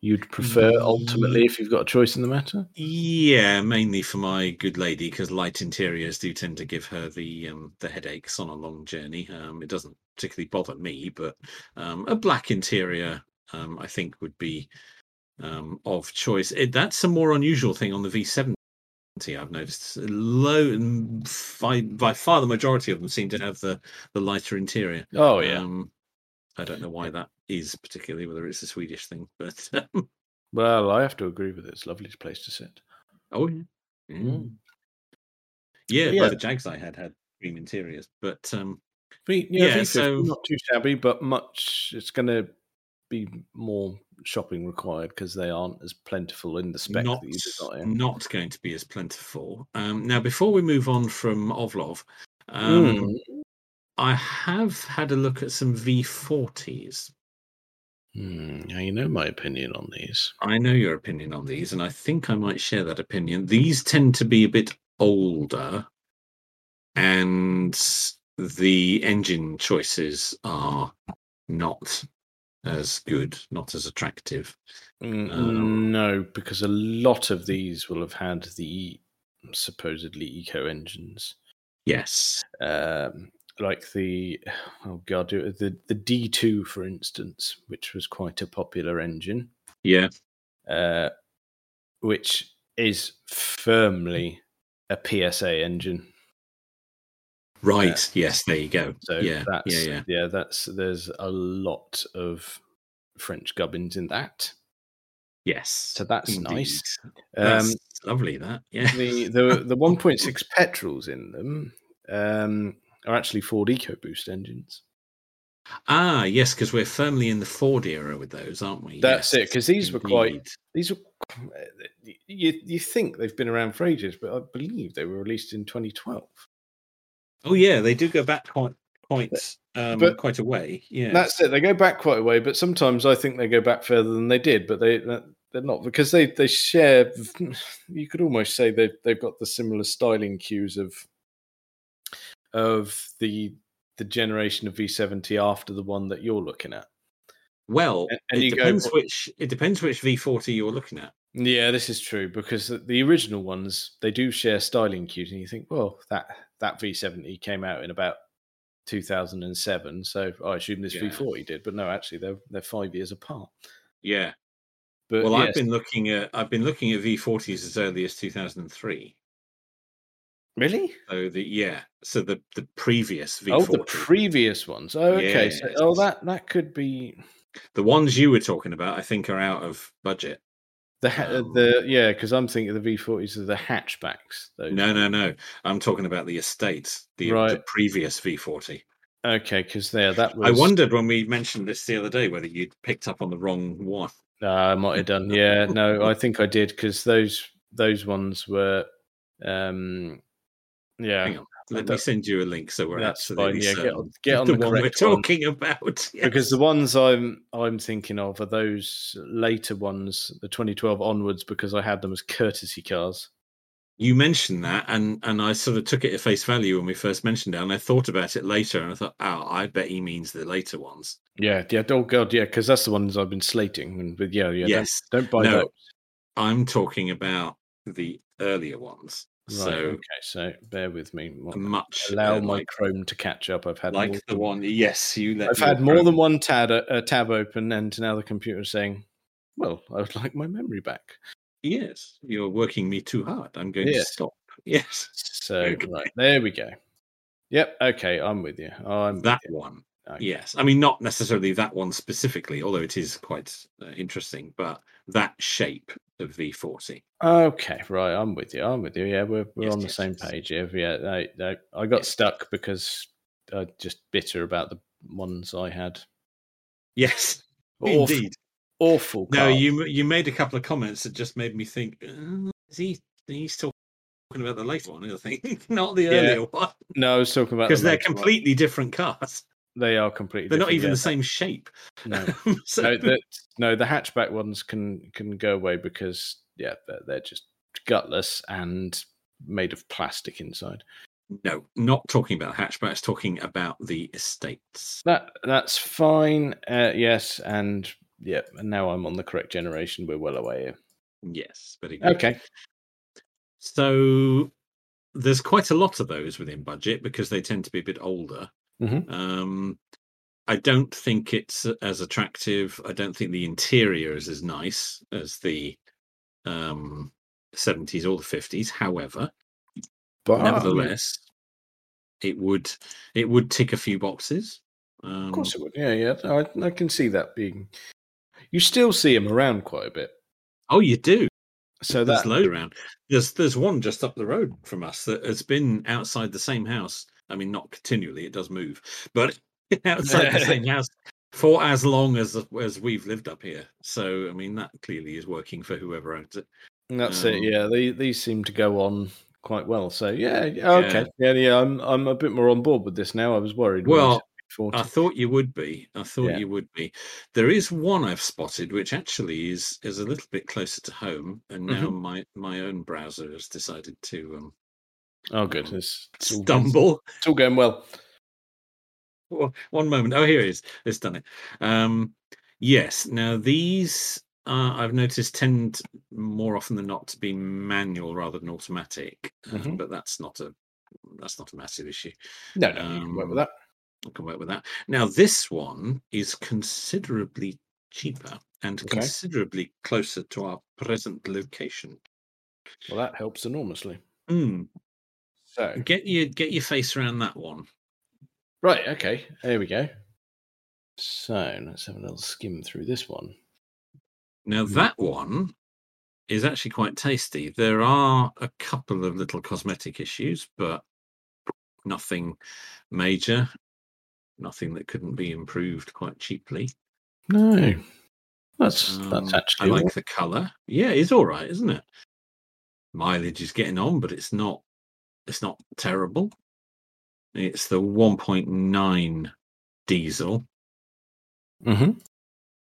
B: you'd prefer ultimately if you've got a choice in the matter.
A: Yeah, mainly for my good lady because light interiors do tend to give her the um, the headaches on a long journey. Um, it doesn't particularly bother me, but um, a black interior um, I think would be um, of choice. It, that's a more unusual thing on the V70. I've noticed low and by, by far the majority of them seem to have the the lighter interior.
B: Oh yeah.
A: Um, I don't know why that is particularly, whether it's a Swedish thing, but um,
B: well, I have to agree with it. It's a lovely place to sit.
A: oh yeah.
B: Mm.
A: Yeah,
B: Yeah.
A: both the Jags I had had cream interiors, but um,
B: V, yeah,
A: Yeah,
B: V50,
A: so-
B: not too shabby, but much. It's going to be more shopping required because they aren't as plentiful in the spec
A: not
B: that you desire.
A: not going to be as plentiful. Um, now, before we move on from Ovlov, um,
B: Mm.
A: I have had a look at some V40s.
B: Hmm, now you know my opinion on these.
A: I know your opinion on these, and I think I might share that opinion. These tend to be a bit older, and the engine choices are not as good, not as attractive.
B: Mm,
A: Um,
B: no, because a lot of these will have had the supposedly eco engines,
A: Yes.
B: um, like the oh god, the the D two for instance, which was quite a popular engine,
A: Yeah.
B: uh, which is firmly a PSA engine.
A: Right. Yes. There you go.
B: So
A: yeah.
B: that's
A: Yeah. Yeah.
B: that's there's a lot of French gubbins in that.
A: Yes.
B: So that's nice.
A: indeed.
B: Um,
A: That's lovely. That. Yeah.
B: the the the 1.6 petrols in them um, are actually Ford EcoBoost engines.
A: ah. Yes. Because we're firmly in the Ford era with those, aren't we?
B: That's it, 'cause these were quite-
A: indeed.
B: These are you you think they've been around for ages, but I believe they were released in 2012.
A: Oh yeah, they do go back quite quite um
B: but-
A: quite a way. Yeah.
B: That's it. They go back quite a way, but sometimes I think they go back further than they did. But they uh, they're not because they they share. You could almost say they they've got the similar styling cues of of the the generation of V70 after the one that you're looking at.
A: well,
B: and- and
A: it
B: you go
A: depends
B: for-
A: which it depends which V40 you're looking at.
B: Yeah, this is true because the- the original ones they do share styling cues, and you think, well, that that V70 came out in about 2007, so I assume this
A: Yeah.
B: V40 did, but no, actually they're they're five years apart.
A: Yeah.
B: But
A: Well, I've
B: yes,
A: been looking at I've been looking at V40s as early as 2003.
B: really
A: So the yeah, so the the previous V40,
B: oh the previous ones. Oh, okay, so, oh
A: Yes.
B: that that could be
A: the ones you were talking about, I think are out of budget.
B: the ha-
A: Um,
B: the yeah because I'm thinking the V40s are the hatchbacks. Those.
A: No, no, no. I'm talking about the estates, the, the
B: Right.
A: previous V40.
B: okay, because there that was
A: I wondered when we mentioned this the other day whether you'd picked up on the wrong one.
B: No, I might have done. Yeah, no, I think I did because those those ones were, um,
A: Hang
B: yeah,
A: on. Let me
B: that-
A: send you a link so we're
B: that's
A: absolutely
B: fine. Yeah, get
A: certain.
B: on, get on the,
A: one we're
B: correct one
A: talking about. yes.
B: because the ones I'm I'm thinking of are those later ones, the 2012 onwards, because I had them as courtesy cars.
A: you mentioned that, and and I sort of took it at face value when we first mentioned it, and I thought about it later, and I thought, oh, I bet he means the later ones.
B: Yeah, yeah. Oh god, yeah, because that's the ones I've been slating, and but yeah, yeah,
A: yes,
B: don't, don't buy
A: No,
B: those.
A: I'm talking about the earlier ones.
B: Right,
A: so
B: okay, so bear with me. What-
A: much
B: Allow
A: uh,
B: my
A: like,
B: Chrome to catch up. I've had
A: like
B: more
A: the
B: than-
A: one. Yes, you. Let
B: I've
A: your
B: had more
A: Chrome-
B: than one tab, uh, tab open, and now the computer's saying, "Well, I would like my memory back."
A: Yes, you're working me too hard. I'm going to
B: Yes.
A: stop. Yes,
B: So
A: Okay.
B: right there we go. Yep. Okay, I'm with you. I'm
A: that one.
B: Okay.
A: Yes, I mean not necessarily that one specifically, although it is quite uh, interesting. But that shape of V40,
B: Okay, right. I'm with you. I'm with you. Yeah, we're we're
A: Yes,
B: on the
A: yes,
B: same
A: yes.
B: page. Yeah, yeah. I, I, I got
A: Yeah.
B: stuck because I just bitter about the ones I had.
A: yes,
B: Awful,
A: indeed.
B: awful.
A: No,
B: cars.
A: you you made a couple of comments that just made me think. "Uh, Is he? He's talking about the later one, I think, not the
B: Yeah.
A: earlier one,
B: No, I was talking about the
A: because they're
B: later one.
A: completely different cars.
B: They are completely.
A: They're not even the
B: different,
A: same shape.
B: yeah. No.
A: so,
B: no, the, no, the hatchback ones can can go away because yeah, they're, they're just gutless and made of plastic inside.
A: no, not talking about hatchbacks. Talking about the estates.
B: That that's fine. Uh, yes, and yeah, and now I'm on the correct generation. We're well away here.
A: Yes, very good.
B: Okay.
A: So there's quite a lot of those within budget because they tend to be a bit older.
B: Mhm.
A: Um, I don't think it's as attractive. I don't think the interior is as nice as the um, 70s or the 50s. However,
B: But
A: nevertheless, it would it would tick a few boxes. Um,
B: Of course it would. Yeah, yeah. I, I can see that being. You still see him around quite a bit.
A: oh, you do.
B: So
A: there's
B: that
A: loads around. There's there's one just up the road from us that has been outside the same house. I mean, not continually; it does move, but outside the same house for as long as as we've lived up here. So, I mean, that clearly is working for whoever owns it.
B: that's
A: um,
B: it. Yeah, they, these seem to go on quite well. So yeah, yeah, okay. Yeah, yeah. I'm I'm a bit more on board with this now. I was worried. when you
A: Well,
B: said 40.
A: I thought you would be. I thought
B: Yeah.
A: you would be. There is one I've spotted, which actually is is a little bit closer to home, and
B: Mm-hmm.
A: now my my own browser has decided to um,
B: oh, good. It's, it's all, it's
A: stumble
B: all going well.
A: Well, one moment. Oh, here it is. It's done it. Um, yes. Now these uh, I've noticed tend more often than not to be manual rather than automatic, um,
B: Mhm.
A: but that's not a that's not a massive issue.
B: No, no, you can work with
A: Um,
B: that.
A: I can work with that. Now this one is considerably cheaper and
B: Okay.
A: considerably closer to our present location.
B: Well, that helps enormously.
A: Mm,
B: So
A: Get your get your face around that one.
B: right, okay. There we go. So let's have a little skim through this one.
A: Now
B: Mm.
A: that one is actually quite tasty. There are a couple of little cosmetic issues, but nothing major, nothing that couldn't be improved quite cheaply.
B: No, that's
A: Um,
B: that's actually
A: I
B: all
A: like the colour. Yeah, it's all right, isn't it? Mileage is getting on, but it's not it's not terrible. It's the 1.9 diesel
B: Mhm.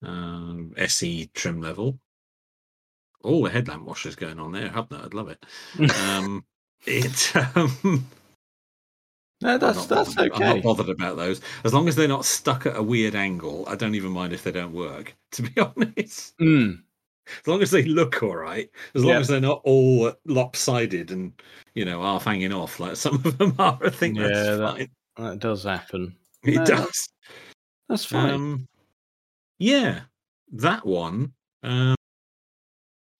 A: um, SE trim level. All the headlamp washers going on there, hub that, I'd love it. um, it um,
B: No,
A: I'm not
B: that's that's
A: bothered- I'm
B: okay.
A: not bothered about those. As long as they're not stuck at a weird angle, I don't even mind if they don't work, to be honest.
B: Mm,
A: As long as they look all right, as long
B: Yeah.
A: as they're not all lopsided and, you know, half hanging off like some of them are, I think
B: Yeah,
A: that's
B: that-
A: fine.
B: that does happen.
A: It
B: no,
A: does.
B: That's fine.
A: Um, yeah, that one um,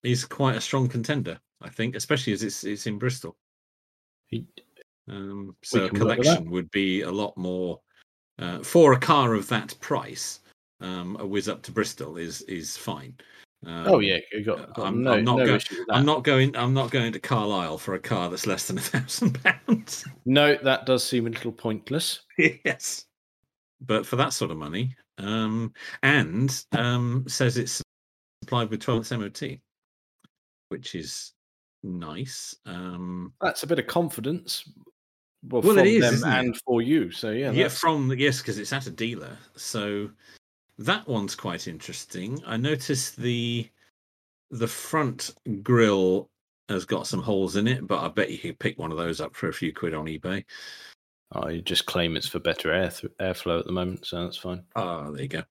A: is quite a strong contender, I think, especially as it's it's in Bristol.
B: Y-
A: Um, so a
B: can work with that.
A: collection would be a lot more uh, for a car of that price. Um, a whiz up to Bristol is is fine. Um,
B: oh yeah, you got, got
A: I'm-
B: no,
A: I'm not
B: no
A: go-
B: issue with that.
A: I'm not going. I'm not going to Carlisle for a car that's less than a thousand pounds.
B: no, that does seem a little pointless.
A: yes, but for that sort of money, um, and um, says it's supplied with 12 MOT, which is nice. Um,
B: That's a bit of confidence. Well,
A: Well, it
B: from
A: is,
B: them
A: isn't it?
B: and for you. So yeah,
A: Yeah,
B: that's-
A: from the- yes, because it's at a dealer. So that one's quite interesting. I noticed the the front grill has got some holes in it, but I bet you could pick one of those up for a few quid on eBay.
B: I just claim it's for better air th- airflow at the moment, so that's fine.
A: Oh, there you go.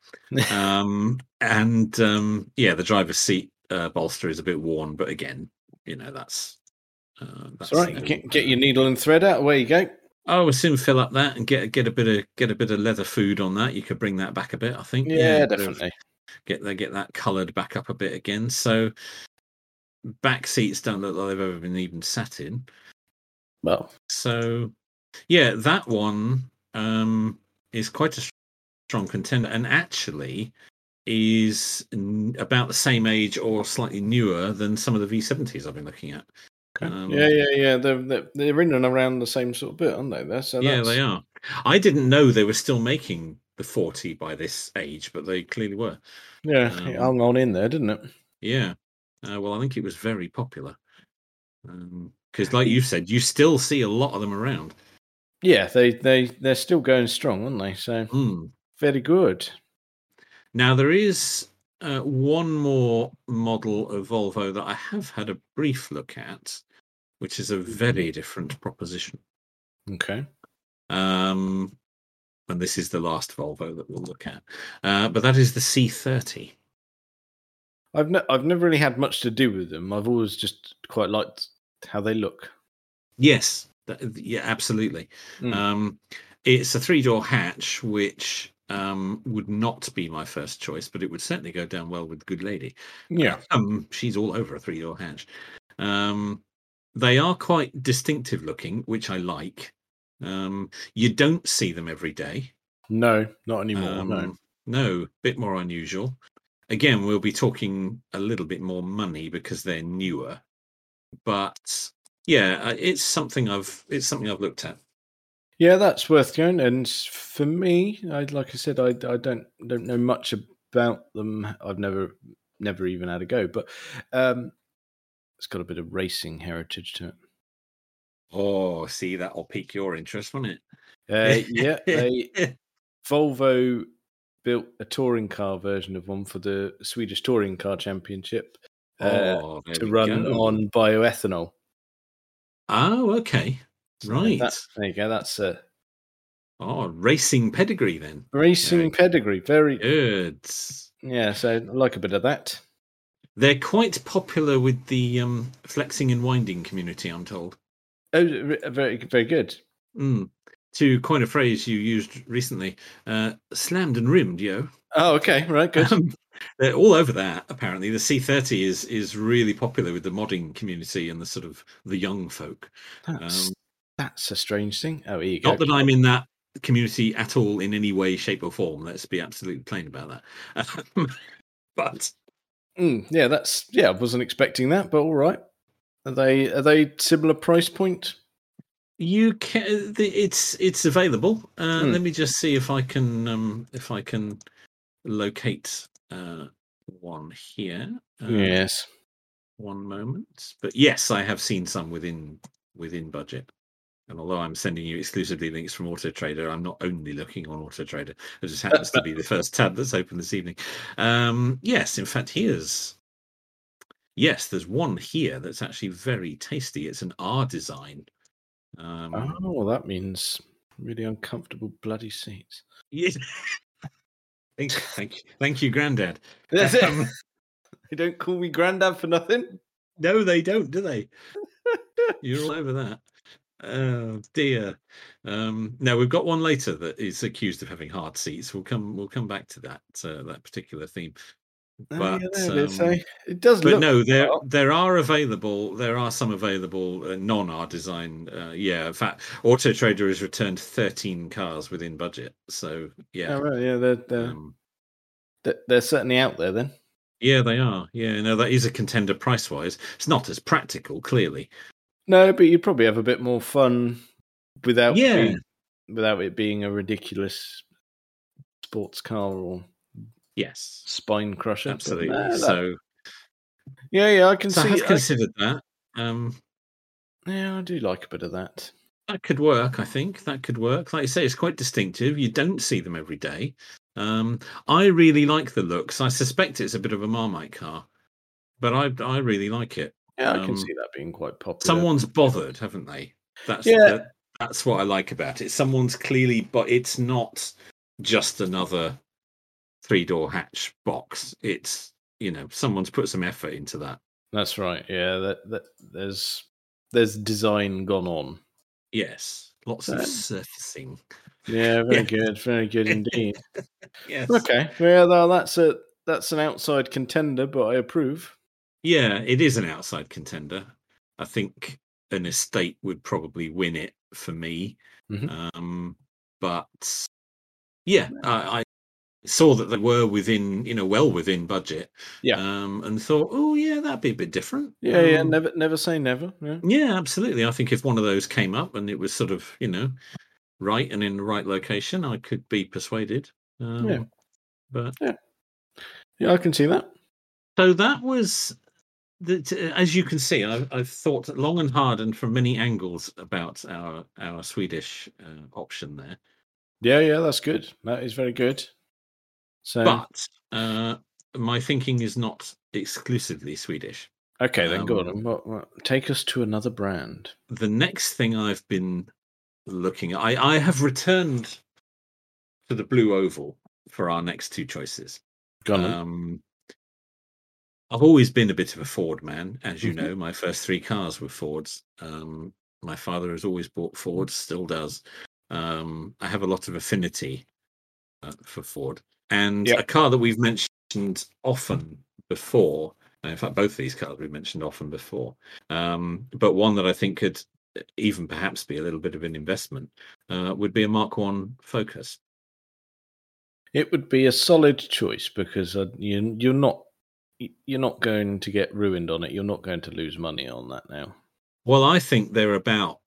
A: um, and um, yeah, the driver's seat uh, bolster is a bit worn, but again, you know that's uh, that's
B: It's all right.
A: no- uh,
B: Get, get your needle and thread out. Away you go.
A: I will soon fill up that and get get a bit of get a bit of leather food on that. You could bring that back a bit, I think.
B: Yeah,
A: a bit of-
B: definitely.
A: Get that get that coloured back up a bit again. So back seats don't look like they've ever been even sat in.
B: Well,
A: So yeah, that one um is quite a strong contender, and actually is n- about the same age or slightly newer than some of the V70s I've been looking at. Um,
B: yeah, yeah, yeah. They're, they're they're in and around the same sort of bit, aren't they? There, so
A: yeah,
B: that's-
A: they are. I didn't know they were still making the 40 by this age, but they clearly were.
B: Yeah,
A: Um,
B: it hung on in there, didn't it?
A: Yeah. Uh, well, I think it was very popular. Because, like you said, you still see a lot of them around.
B: Yeah, they they they're still going strong, aren't they? So
A: Hmm.
B: very good.
A: Now, there is uh, one more model of Volvo that I have had a brief look at, which is a very different proposition.
B: Okay.
A: Um, and this is the last Volvo that we'll look at. Uh, but that is the C30.
B: I've ne- I've never really had much to do with them. I've always just quite liked how they look.
A: Yes, that- yeah, absolutely.
B: Mm.
A: Um, it's a three door hatch, which um, would not be my first choice, but it would certainly go down well with Good Lady.
B: Yeah.
A: Um, she's all over a three door hatch. Um, they are quite distinctive looking, which I like. Um, you don't see them every day.
B: No, not anymore. no.
A: Um, no, bit more unusual. Again, we'll be talking a little bit more money because they're newer. But yeah, I- it's something I've it's something I've looked at.
B: Yeah, that's worth going. And s- for me, I like I said, I I don't don't know much about them. I've never never even had a go, but um, it's got a bit of racing heritage to it.
A: Oh, see, that'll pique your interest, won't it?
B: Uh, yeah, they, Volvo built a touring car version of one for the Swedish Touring Car Championship uh,
A: oh, there
B: to
A: we
B: run
A: go.
B: on bioethanol.
A: Oh, okay,
B: So
A: right.
B: that- there you go. That's a
A: Oh, racing pedigree then.
B: racing
A: Very
B: pedigree. Very
A: Good.
B: yeah. So I like a bit of that.
A: They're quite popular with the um, flexing and winding community, I'm told.
B: Oh, re- very very good.
A: Mm. To coin a phrase you used recently, uh, slammed and rimmed, yo.
B: Oh, okay, right, good.
A: Um, they're all over that. Apparently, the C30 is is really popular with the modding community and the sort of the young folk.
B: That's
A: um,
B: that's a strange thing. Oh, here you go.
A: Not that I'm in that community at all in any way, shape, or form. Let's be absolutely plain about that. Um, but
B: Mm, yeah, that's yeah. I wasn't expecting that, but all right. Are they are they similar price point?
A: you can. The, it's it's available. Uh,
B: Hmm.
A: Let me just see if I can um, if I can locate uh, one here. Uh,
B: yes.
A: one moment. But yes, I have seen some within within budget. And although I'm sending you exclusively links from Auto Trader, I'm not only looking on Auto Trader. It just happens to be the first tab that's open this evening. Um, yes, in fact, here's yes, there's one here that's actually very tasty. It's an R design. Um,
B: Oh, well, that means really uncomfortable bloody seats.
A: yes. thank, thank you, thank you, Grandad.
B: That's
A: Um,
B: it. They don't call me granddad for nothing.
A: No, they don't, do they? You're all over that. Oh dear. Um, now we've got one later that is accused of having hard seats. We'll come. We'll come back to that. Uh, that particular theme.
B: oh,
A: But,
B: yeah, there it is.
A: um,
B: eh? it does
A: But
B: look. uh,
A: no, there
B: well.
A: there are available. There are some available uh, non R design. Uh, yeah, in fact, Auto Trader has returned 13 cars within budget. So
B: Yeah,
A: yeah,
B: right, Oh, yeah, they're they're,
A: um,
B: they're they're certainly out there then.
A: yeah, they are. Yeah, no, that is a contender price wise. It's not as practical, clearly.
B: No, but you'd probably have a bit more fun without
A: Yeah.
B: being- without it being a ridiculous sports car or
A: Yes,
B: spine crusher. but
A: absolutely.
B: no, that-
A: So.
B: yeah, yeah, I can
A: So I
B: see.
A: have
B: I-
A: considered that. Um,
B: yeah, I do like a bit of that.
A: that could work, I think. That could work. Like you say, it's quite distinctive. You don't see them every day. Um, I really like the looks. I suspect it's a bit of a Marmite car, but I I really like it.
B: Yeah, I
A: Um,
B: can see that being quite popular.
A: Someone's bothered, haven't they? That's
B: Yeah.
A: the- that's what I like about it. Someone's clearly, but it's not just another three door hatch box. It's you know someone's put some effort into that.
B: That's right. Yeah, that, that there's there's design gone on.
A: Yes, lots of
B: Um,
A: surfacing.
B: Yeah, very
A: Yeah.
B: good, very good indeed.
A: Yes.
B: okay, yeah, well, that's a that's an outside contender, but I approve.
A: Yeah, it is an outside contender. I think an estate would probably win it for me.
B: Mhm.
A: Um, but yeah, I, I saw that they were within, you know, well within budget.
B: Yeah.
A: Um, and thought, oh yeah, that'd be a bit different.
B: Yeah, yeah.
A: Um,
B: Never, never say never. Yeah.
A: Yeah, absolutely. I think if one of those came up and it was sort of, you know, right and in the right location, I could be persuaded. Um,
B: Yeah.
A: But
B: Yeah, I can see that.
A: so that was that. uh, As you can see, I've, I've thought long and hard and from many angles about our our Swedish uh, option there.
B: Yeah, yeah. That's good. That is very good. So
A: but uh, my thinking is not exclusively Swedish.
B: okay, then
A: um,
B: go on. What, what, take us to another brand.
A: The next thing I've been looking at, I, I have returned to the blue oval for our next two choices.
B: Go on.
A: Um, I've always been a bit of a Ford man, as you
B: Mhm.
A: know. My first three cars were Fords. Um, my father has always bought Fords, still does. Um, I have a lot of affinity uh, for Ford, and
B: Yep.
A: a car that we've mentioned often before. and In fact, both these cars we've mentioned often before, um, but one that I think could uh, even perhaps be a little bit of an investment uh, would be a Mark One Focus.
B: It would be a solid choice because uh, you, you're not y- you're not going to get ruined on it. You're not going to lose money on that now.
A: Well, I think they're about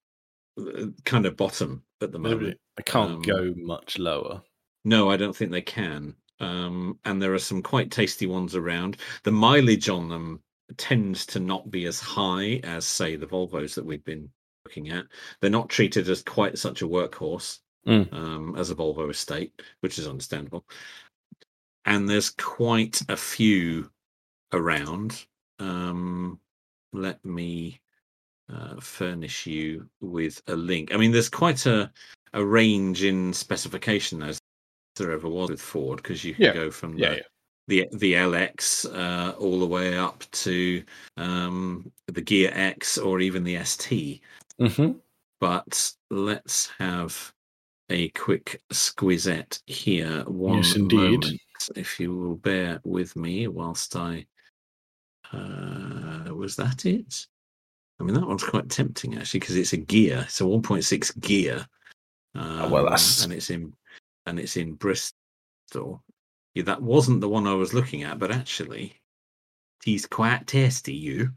A: uh, kind of bottom at the moment.
B: Nobody, I can't
A: Um,
B: go much lower.
A: No, I don't think they can. Um, and there are some quite tasty ones around. The mileage on them tends to not be as high as, say, the Volvos that we've been looking at. They're not treated as quite such a workhorse
B: Mm.
A: um, as a Volvo estate, which is understandable. And there's quite a few around. Um, let me uh, furnish you with a link. I mean, there's quite a a range in specification as there ever was with Ford because you can
B: Yeah.
A: go from
B: Yeah,
A: the, the the LX uh, all the way up to um, the Gear X or even the ST.
B: yeah. hmm
A: But let's have a quick squizette here. One
B: Yes, indeed.
A: moment, if you will bear with me whilst I. Uh, was that it? I mean, that one's quite tempting actually because it's a gear. It's a 1.6 gear. Um,
B: Oh, well, that's-
A: and it's in and it's in Bristol. Yeah, that wasn't the one I was looking at, but actually, he's quite tasty. You.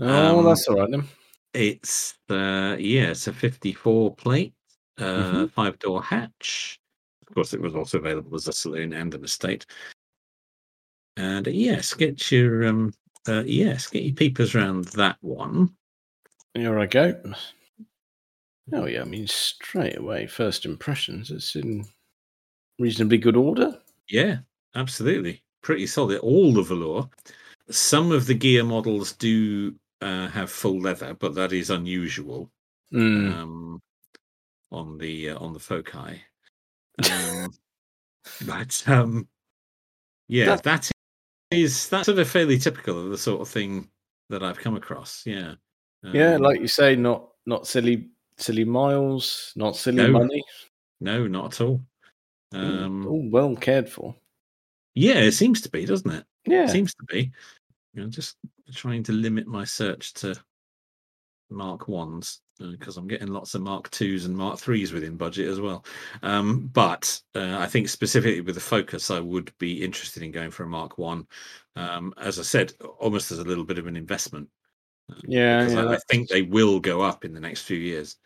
B: Oh,
A: Um,
B: that's all right then.
A: It's uh yeah, it's a 54 plate, uh
B: Mhm.
A: five door hatch. Of course, it was also available as a saloon and an estate. And uh, yes, get your um uh, yes, get your peepers around that one.
B: Here I go. Oh yeah, I mean straight away, first impressions. It's in reasonably good order.
A: Yeah, absolutely. Pretty solid. All the velour. Some of the gear models do uh, have full leather, but that is unusual
B: Mm.
A: um, on the uh, on the foci. Um, but um, yeah,
B: That-
A: that is that's sort of fairly typical of the sort of thing that I've come across. Yeah,
B: yeah,
A: Um,
B: like you say, not not silly silly miles, not silly
A: No.
B: money.
A: no, not at all. Um,
B: all well cared for.
A: Yeah, it seems to be, doesn't it?
B: Yeah.
A: seems to be. You know, just trying to limit my search to Mark ones because I'm getting lots of Mark twos and Mark threes within budget as well. Um, but uh, I think specifically with the focus, I would be interested in going for a Mark one. Um, as I said, almost as a little bit of an investment. um,
B: Yeah,
A: because
B: Oh, yeah,
A: I, I think they will go up in the next few years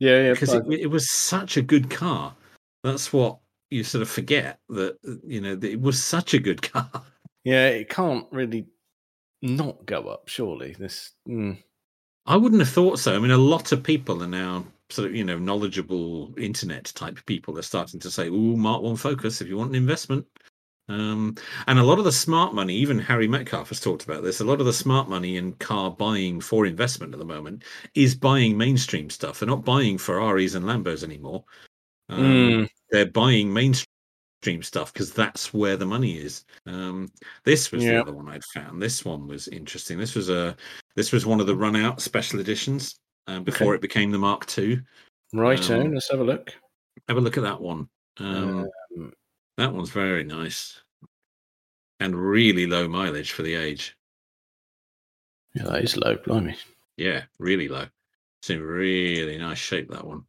B: Yeah, yeah.
A: because
B: but-
A: it, it was such a good car. That's what you sort of forget that uh, you know that it was such a good car.
B: Yeah, it can't really not go up, surely. This mm,
A: I wouldn't have thought so. I mean, a lot of people are now sort of, you know, knowledgeable internet type people are starting to say, "Ooh, Mark One Focus, if you want an investment." Um, and a lot of the smart money, even Harry Metcalf has talked about this. A lot of the smart money in car buying for investment at the moment is buying mainstream stuff. They're not buying Ferraris and Lambos anymore. Um,
B: mm,
A: They're buying mainstream stuff because that's where the money is. Um, this was the
B: Yeah.
A: other one I'd found. This one was interesting. This was a this was one of the run out special editions um, before it became the Mark II.
B: right
A: um,
B: on. Let's have a look.
A: Have a look at that one. Um,
B: Um,
A: that one's very nice and really low mileage for the age.
B: yeah, that is low, blimey.
A: Yeah, really low. It's in really nice shape. That one.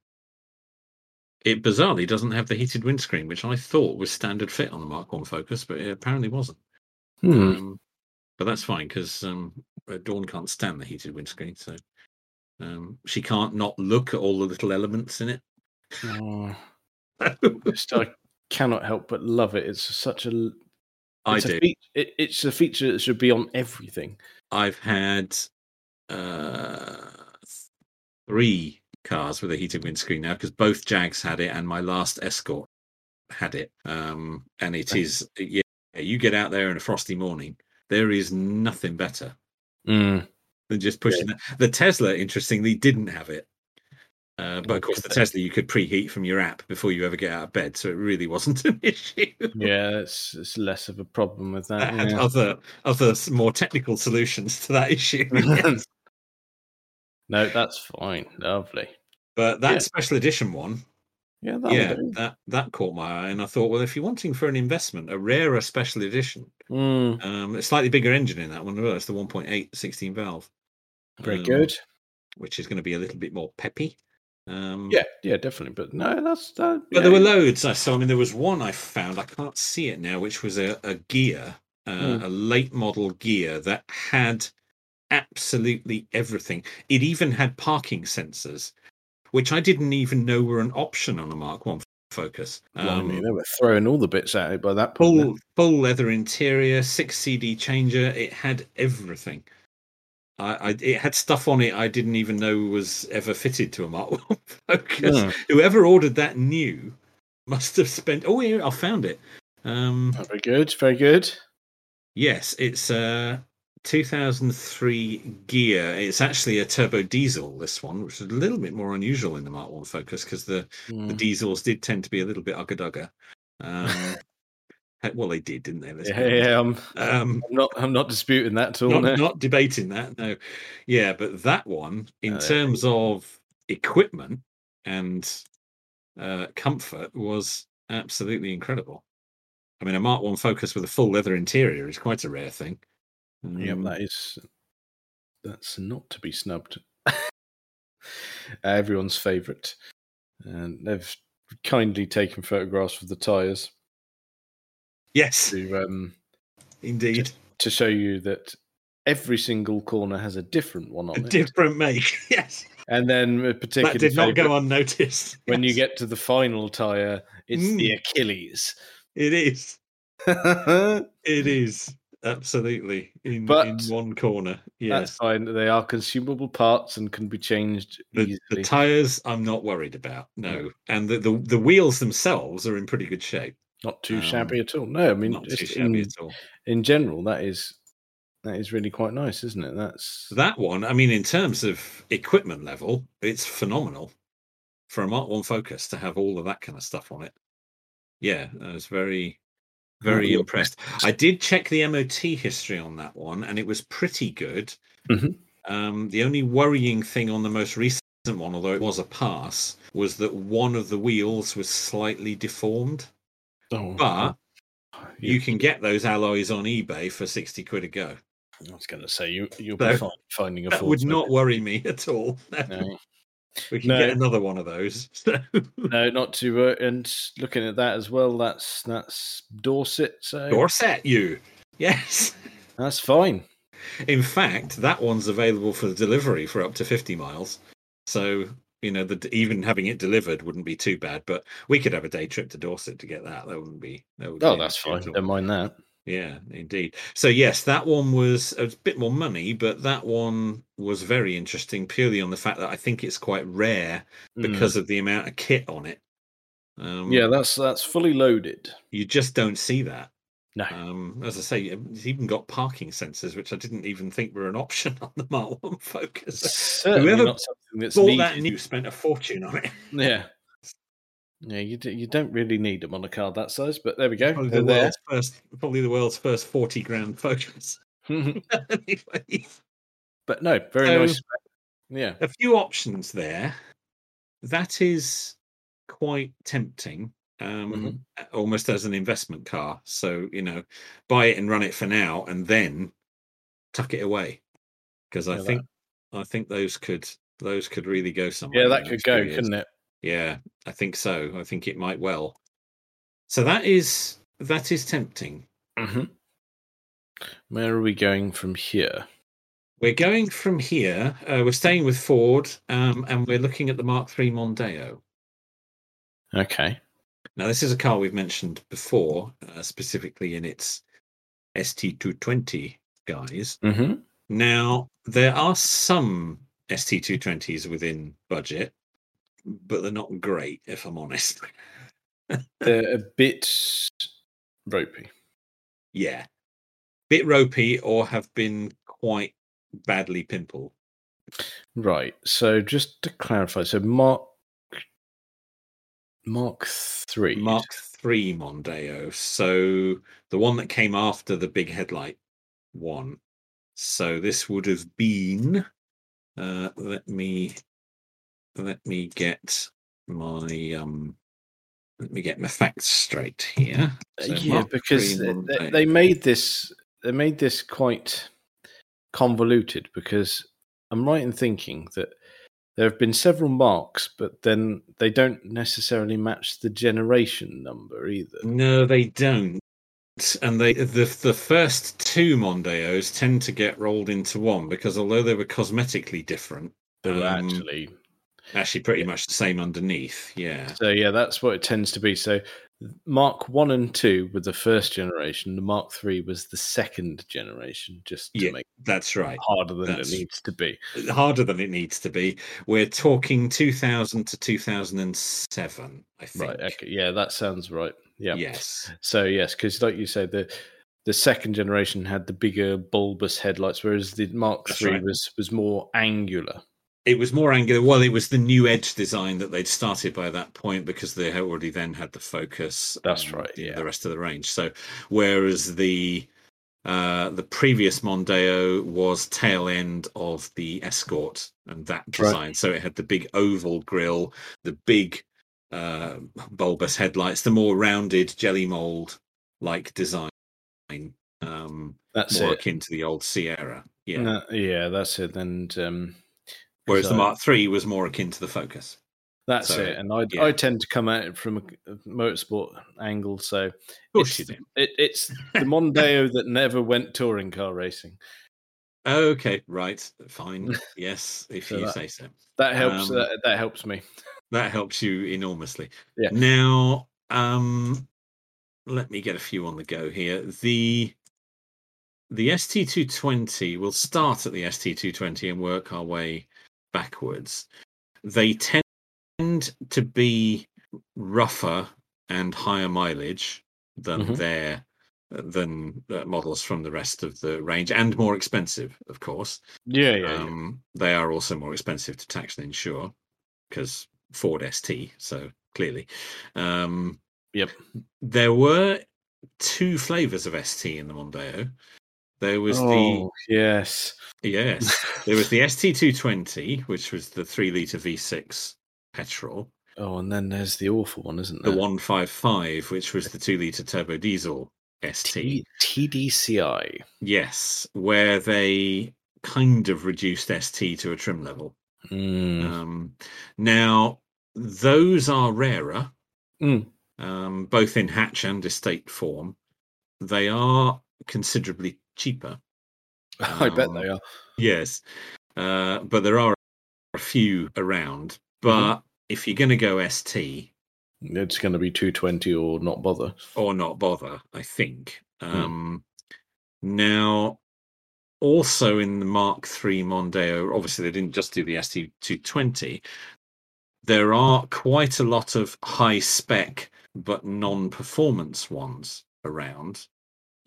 A: It bizarrely doesn't have the heated windscreen, which I thought was standard fit on the Mark One Focus, but it apparently wasn't.
B: Hmm.
A: Um, but that's fine because um, uh, Dawn can't stand the heated windscreen, so um, she can't not look at all the little elements in it.
B: Oh, just, I cannot help but love it. It's such a.
A: I
B: it's a
A: do.
B: feat- it, it's a feature that should be on everything.
A: I've had uh, three cars with a heated windscreen now because both Jags had it, and my last Escort had it. Um, and it is yeah, you get out there in a frosty morning, there is nothing better than just pushing that. The Tesla, interestingly, didn't have it. Uh, but of course, the
B: Okay.
A: Tesla you could preheat from your app before you ever get out of bed, so it really wasn't an issue.
B: Yeah, it's it's less of a problem with
A: I
B: that.
A: had
B: yeah.
A: other other s- more technical solutions to that issue.
B: No, that's fine. Lovely.
A: but that
B: Yeah.
A: special edition one,
B: Yeah, that'll
A: yeah,
B: do.
A: that that caught my eye, and I thought, well, if you're wanting for an investment, a rarer special edition,
B: Mm,
A: um, a slightly bigger engine in that one. as well. It's the 1.8 16 valve,
B: very
A: um,
B: good.
A: which is going to be a little bit more peppy. Um,
B: Yeah, yeah, definitely. But no, that's that.
A: But
B: yeah,
A: there were loads I saw. I mean, there was one I found. I can't see it now, which was a, a gear, uh,
B: Mm.
A: a late model gear that had absolutely everything. It even had parking sensors, which I didn't even know were an option on a Mark One Focus. Um,
B: Blimey,
A: Oh,
B: they were throwing all the bits at it by that point. then.
A: full full leather interior, six CD changer. It had everything. I, I it had stuff on it I didn't even know was ever fitted to a Mark One Focus
B: Mm,
A: whoever ordered that knew must have spent oh yeah i found it um
B: Very good. Very good.
A: yes it's uh 2003 gear it's actually a turbo diesel this one which is a little bit more unusual in the mark 1 focus because the, the
B: Mm.
A: diesels did tend to be a little bit ugga um heck, well they did didn't they Let's be
B: Yeah, yeah, I'm,
A: honest. um
B: I'm not. I'm not disputing that at all.
A: not,
B: no.
A: not debating that no yeah but that one in
B: Uh,
A: terms of equipment and uh, comfort was absolutely incredible i mean a mark one focus with a full leather interior is quite a rare thing
B: Yeah,
A: Um,
B: that is that's not to be snubbed. Everyone's favourite, and they've kindly taken photographs of the tyres
A: yes
B: to um,
A: indeed
B: to show you that every single corner has a different one
A: a
B: on it.
A: different make yes
B: And then a particular
A: that did not
B: favourite,
A: go unnoticed
B: when you
A: Yes,
B: get to the final tyre, it's the
A: Mm.
B: Achilles.
A: it is
B: That's
A: it is absolutely in, in
B: Mm. But-
A: one corner yes
B: fine. They are consumable parts and can be changed
A: the,
B: easily. Mm.
A: the tires i'm not worried about no and the, the the wheels themselves are in pretty good shape
B: not too
A: um,
B: shabby at all. No, I mean
A: not too
B: just
A: shabby
B: in-
A: at all
B: in general, that is that is really quite nice, isn't it? That's
A: that one i mean in terms of equipment level it's phenomenal for a mark one focus to have all of that kind of stuff on it yeah i was very very
B: Lovely.
A: impressed i did check the mot history on that one and it was pretty good
B: Mhm.
A: um, the only worrying thing on the most recent one although it was a pass was that one of the wheels was slightly deformed
B: oh,
A: but
B: oh,
A: you can get those alloys on eBay for 60 quid a go.
B: I was going to say you you'll
A: No.
B: be fine finding a
A: That
B: Ford
A: would
B: Focus.
A: not worry me at all.
B: No,
A: We can
B: No.
A: get another one of those.
B: no, not too. Uh, and looking at that as well, that's that's Dorset, so
A: Dorset, you. Yes.
B: that's fine.
A: In fact, that one's available for delivery for up to 50 miles. So, you know, the, even having it delivered wouldn't be too bad, but we could have a day trip to Dorset to get that. That wouldn't be. That would
B: Oh, that's fine.
A: All.
B: Don't mind that.
A: Yeah, indeed. So yes, that one was a bit more money, but that one was very interesting purely on the fact that I think it's quite rare because of the amount of kit on it. Um,
B: Mm. yeah, that's that's fully loaded.
A: you just don't see that.
B: No,
A: Um, as I say, it's even got parking sensors, which I didn't even think were an option on the Mark One
B: it's
A: Focus.
B: certainly
A: whoever
B: not something that's
A: Bought
B: needed.
A: that new, spent a fortune on it.
B: yeah. Yeah, you, do, you don't really need them on a car that size, but there we go.
A: Probably
B: They're
A: the
B: there.
A: world's first, probably the world's first forty grand Focus. anyway.
B: but no, very
A: So-
B: nice. Yeah.
A: a few options there. That is quite tempting, um,
B: Mhm.
A: a- almost as an investment car. So you know, buy it and run it for now, and then tuck it away because I
B: Yeah, that-
A: think I think those could those could really go somewhere.
B: Yeah,
A: in
B: that
A: the
B: could
A: next few
B: go,
A: years.
B: couldn't it?
A: Yeah, I think so. I think it might well. So that is that is tempting.
B: Mm-hmm. Where are we going from here?
A: We're going from here. Uh, we're staying with Ford, um, and we're looking at the Mark III Mondeo.
B: Okay.
A: Now, this is a car we've mentioned before, uh, specifically in its ST220 guise.
B: Mm-hmm.
A: Now, there are some ST220s within budget, but they're not great, if I'm honest.
B: They're a bit ropey.
A: yeah. Bit ropey or have been quite badly pimpled.
B: Right. So just to clarify, so Mark Mark three.
A: Mark III Mondeo. So the one that came after the big headlight one. So this would have been. Uh, let me let me get my um let me get my facts straight here. So
B: Uh, yeah,
A: Mark
B: because
A: III
B: they, they,
A: Mondeo.
B: they made this they made this quite convoluted because I'm right in thinking that there have been several marks, but then they don't necessarily match the generation number either.
A: No, they don't. And they the the first two Mondeos tend to get rolled into one because although they were cosmetically different,
B: They were
A: Um,
B: actually
A: actually pretty
B: Yeah.
A: much the same underneath. Yeah.
B: So yeah, that's what it tends to be. So Mark one and two were the first generation. The Mark three was the second generation, just to
A: Yeah.
B: make
A: That's right.
B: it harder than
A: That's-
B: it needs to be.
A: Harder than it needs to be. We're talking 2000 to 2007, I think.
B: Right. Okay. Yeah, that sounds right. Yeah.
A: Yes.
B: So yes, because like you said, the the second generation had the bigger bulbous headlights, whereas the Mark
A: That's
B: three
A: right.
B: was was more angular.
A: It was more angular. Well, it was the new edge design that they'd started by that point because they had already then had the focus.
B: That's
A: and,
B: right,
A: you know,
B: yeah.
A: The rest of the range. So, whereas the uh, the previous Mondeo was tail end of the Escort and that
B: Right.
A: design. So it had the big oval grille, the big uh, bulbous headlights, the more rounded jelly mold like design, um,
B: That's
A: more
B: it.
A: akin to the old Sierra. Yeah.
B: No, yeah, that's it. And um, 'cause
A: Whereas the
B: I-
A: Mark III was more akin to the Focus.
B: That's
A: So,
B: it, and I
A: yeah.
B: I tend to come at it from a motorsport angle, so
A: course
B: it's
A: you
B: the- It, it's the Mondeo that never went touring car racing.
A: Okay, right, fine. Yes, if
B: So
A: you
B: that-
A: say so.
B: That helps.
A: Um,
B: that, that helps me.
A: That helps you enormously.
B: Yeah.
A: Now, um let me get a few on the go here. The the ST220 will start at the ST220 and work our way backwards. They tend to be rougher and higher mileage than
B: Mhm.
A: their than uh, models from the rest of the range and more expensive, of course.
B: Yeah, yeah, yeah.
A: Um, they are also more expensive to tax and insure because Ford ST. So clearly, um,
B: Yep.
A: There were two flavors of ST in the Mondeo. There was
B: oh yes.
A: the yes, there was the ST220, which was the three liter V6 petrol,
B: oh, and then there's the awful one, isn't
A: the
B: there?
A: 155, which was the two liter turbo diesel ST.
B: T- TDCI.
A: Yes, where they kind of reduced ST to a trim level.
B: Mm.
A: Um, now, those are rarer,
B: Mm.
A: um, both in hatch and estate form. They are considerably cheaper.
B: I bet they are.
A: Yes, uh, but there are a few around. But
B: Mm-hmm.
A: if you're going to go ST
B: It's going to be two twenty or not bother.
A: or not bother, I think.
B: Mm.
A: Um, Now, also in the Mark III Mondeo, obviously they didn't just do the ST220. there are quite a lot of high spec but non performance ones around.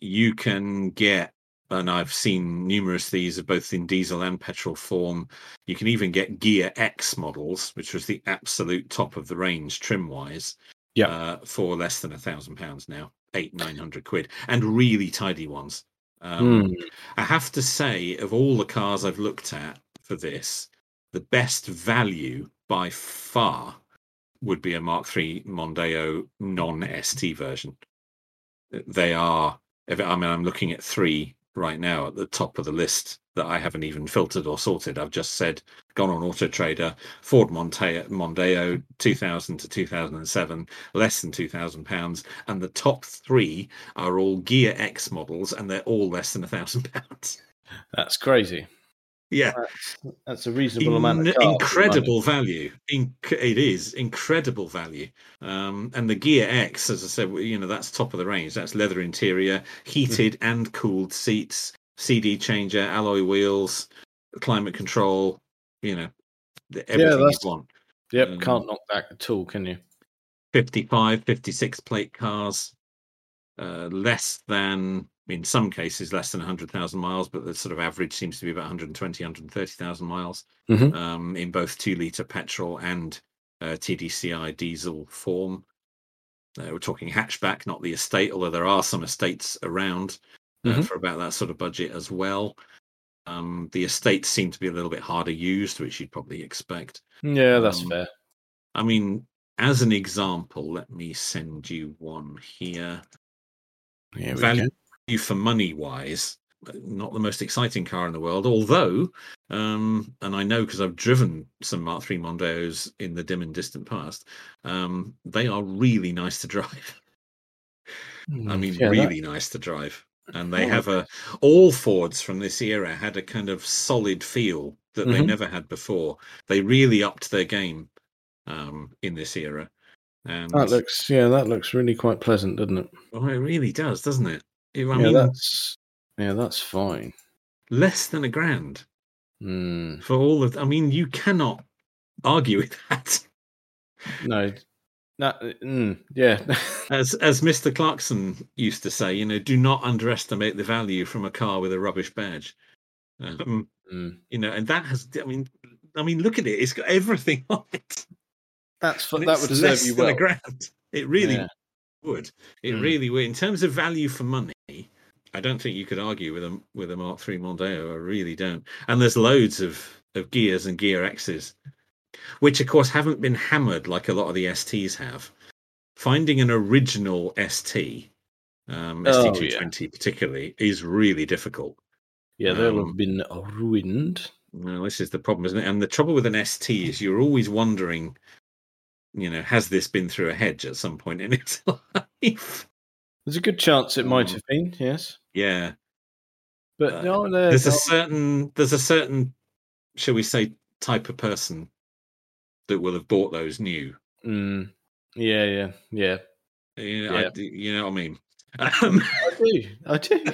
A: You can get, and I've seen numerous of these both in diesel and petrol form. You can even get Gear X models, which was the absolute top of the range trim wise,
B: Yeah.
A: uh, for less than a thousand pounds now, eight, nine hundred quid, and really tidy ones. Um,
B: Mm.
A: I have to say, of all the cars I've looked at for this, the best value by far would be a Mark III Mondeo non ST version. They are, if- I mean, I'm looking at three right now at the top of the list that I haven't even filtered or sorted. I've just said gone on Auto Trader, Ford Monte- Mondeo, 2000 to 2007, less than 2,000 pounds, and the top three are all Gear X models, and they're all less than a thousand pounds.
B: That's crazy.
A: Yeah,
B: That's, that's a reasonable amount. Of
A: In-
B: cars
A: incredible value. In- it is incredible value. Um, and the Gear X, as I said, you know that's top of the range. That's leather interior, heated
B: Mm-hmm.
A: and cooled seats, CD changer, alloy wheels, climate control. You know, the- everything you
B: that's-
A: want.
B: Yep,
A: Um,
B: can't knock that at all, can you?
A: 55, 56 plate cars, uh, less than, in some cases, less than 100,000 miles, but the sort of average seems to be about 120, 130,000 miles
B: Mhm.
A: um, in both 2 litre petrol and uh, TDCI diesel form. Uh, we're talking hatchback, not the estate, although there are some estates around uh,
B: Mhm.
A: for about that sort of budget as well. Um, the estates seem to be a little bit harder used, which you'd probably expect.
B: Yeah, that's
A: Um,
B: fair.
A: I mean, as an example, let me send you one here.
B: Yeah, we
A: value
B: go.
A: for money wise, not the most exciting car in the world, although, um, and I know because I've driven some Mark III Mondeos in the dim and distant past, um, they are really nice to drive. I mean,
B: Mm, Yeah, that-
A: really nice to drive. And they
B: Oh,
A: have a all Fords from this era had a kind of solid feel that they
B: Mhm.
A: never had before. They really upped their game um, in this era. And
B: that looks yeah, that looks really quite pleasant, doesn't it?
A: well, Oh, it really does, doesn't it? If- I
B: yeah,
A: mean,
B: that's yeah, that's fine.
A: less than a grand
B: Mm,
A: for all of. I mean, you cannot argue with that.
B: no, that mm, yeah,
A: As as Mr. Clarkson used to say, you know, do not underestimate the value from a car with a rubbish badge. Um,
B: Mm,
A: you know, and that has. I mean, I mean, look at it. It's got everything on it.
B: that's fu-
A: and
B: that
A: it's
B: would serve
A: less
B: you
A: than
B: well.
A: a grand. It really
B: Yeah.
A: would. It
B: Mm.
A: really would. In terms of value for money, I don't think you could argue with a with a Mark III Mondeo. I really don't. And there's loads of of gears and gear X's, which of course haven't been hammered like a lot of the STs have. Finding an original ST, um,
B: Oh, yeah.
A: ST220 particularly, is really difficult.
B: Yeah, they'll
A: Um,
B: have been ruined.
A: Well, this is the problem, isn't it? And the trouble with an ST is you're always wondering, you know, has this been through a hedge at some point in its life?
B: There's a good chance it might
A: Um,
B: have been, yes,
A: Yeah.
B: but
A: uh,
B: no, no,
A: there's a
B: no.
A: certain there's a certain shall we say type of person that will have bought those new
B: Mm, yeah, yeah, yeah.
A: you know, I-
B: Yeah.
A: you know what i mean um,
B: I do, I do.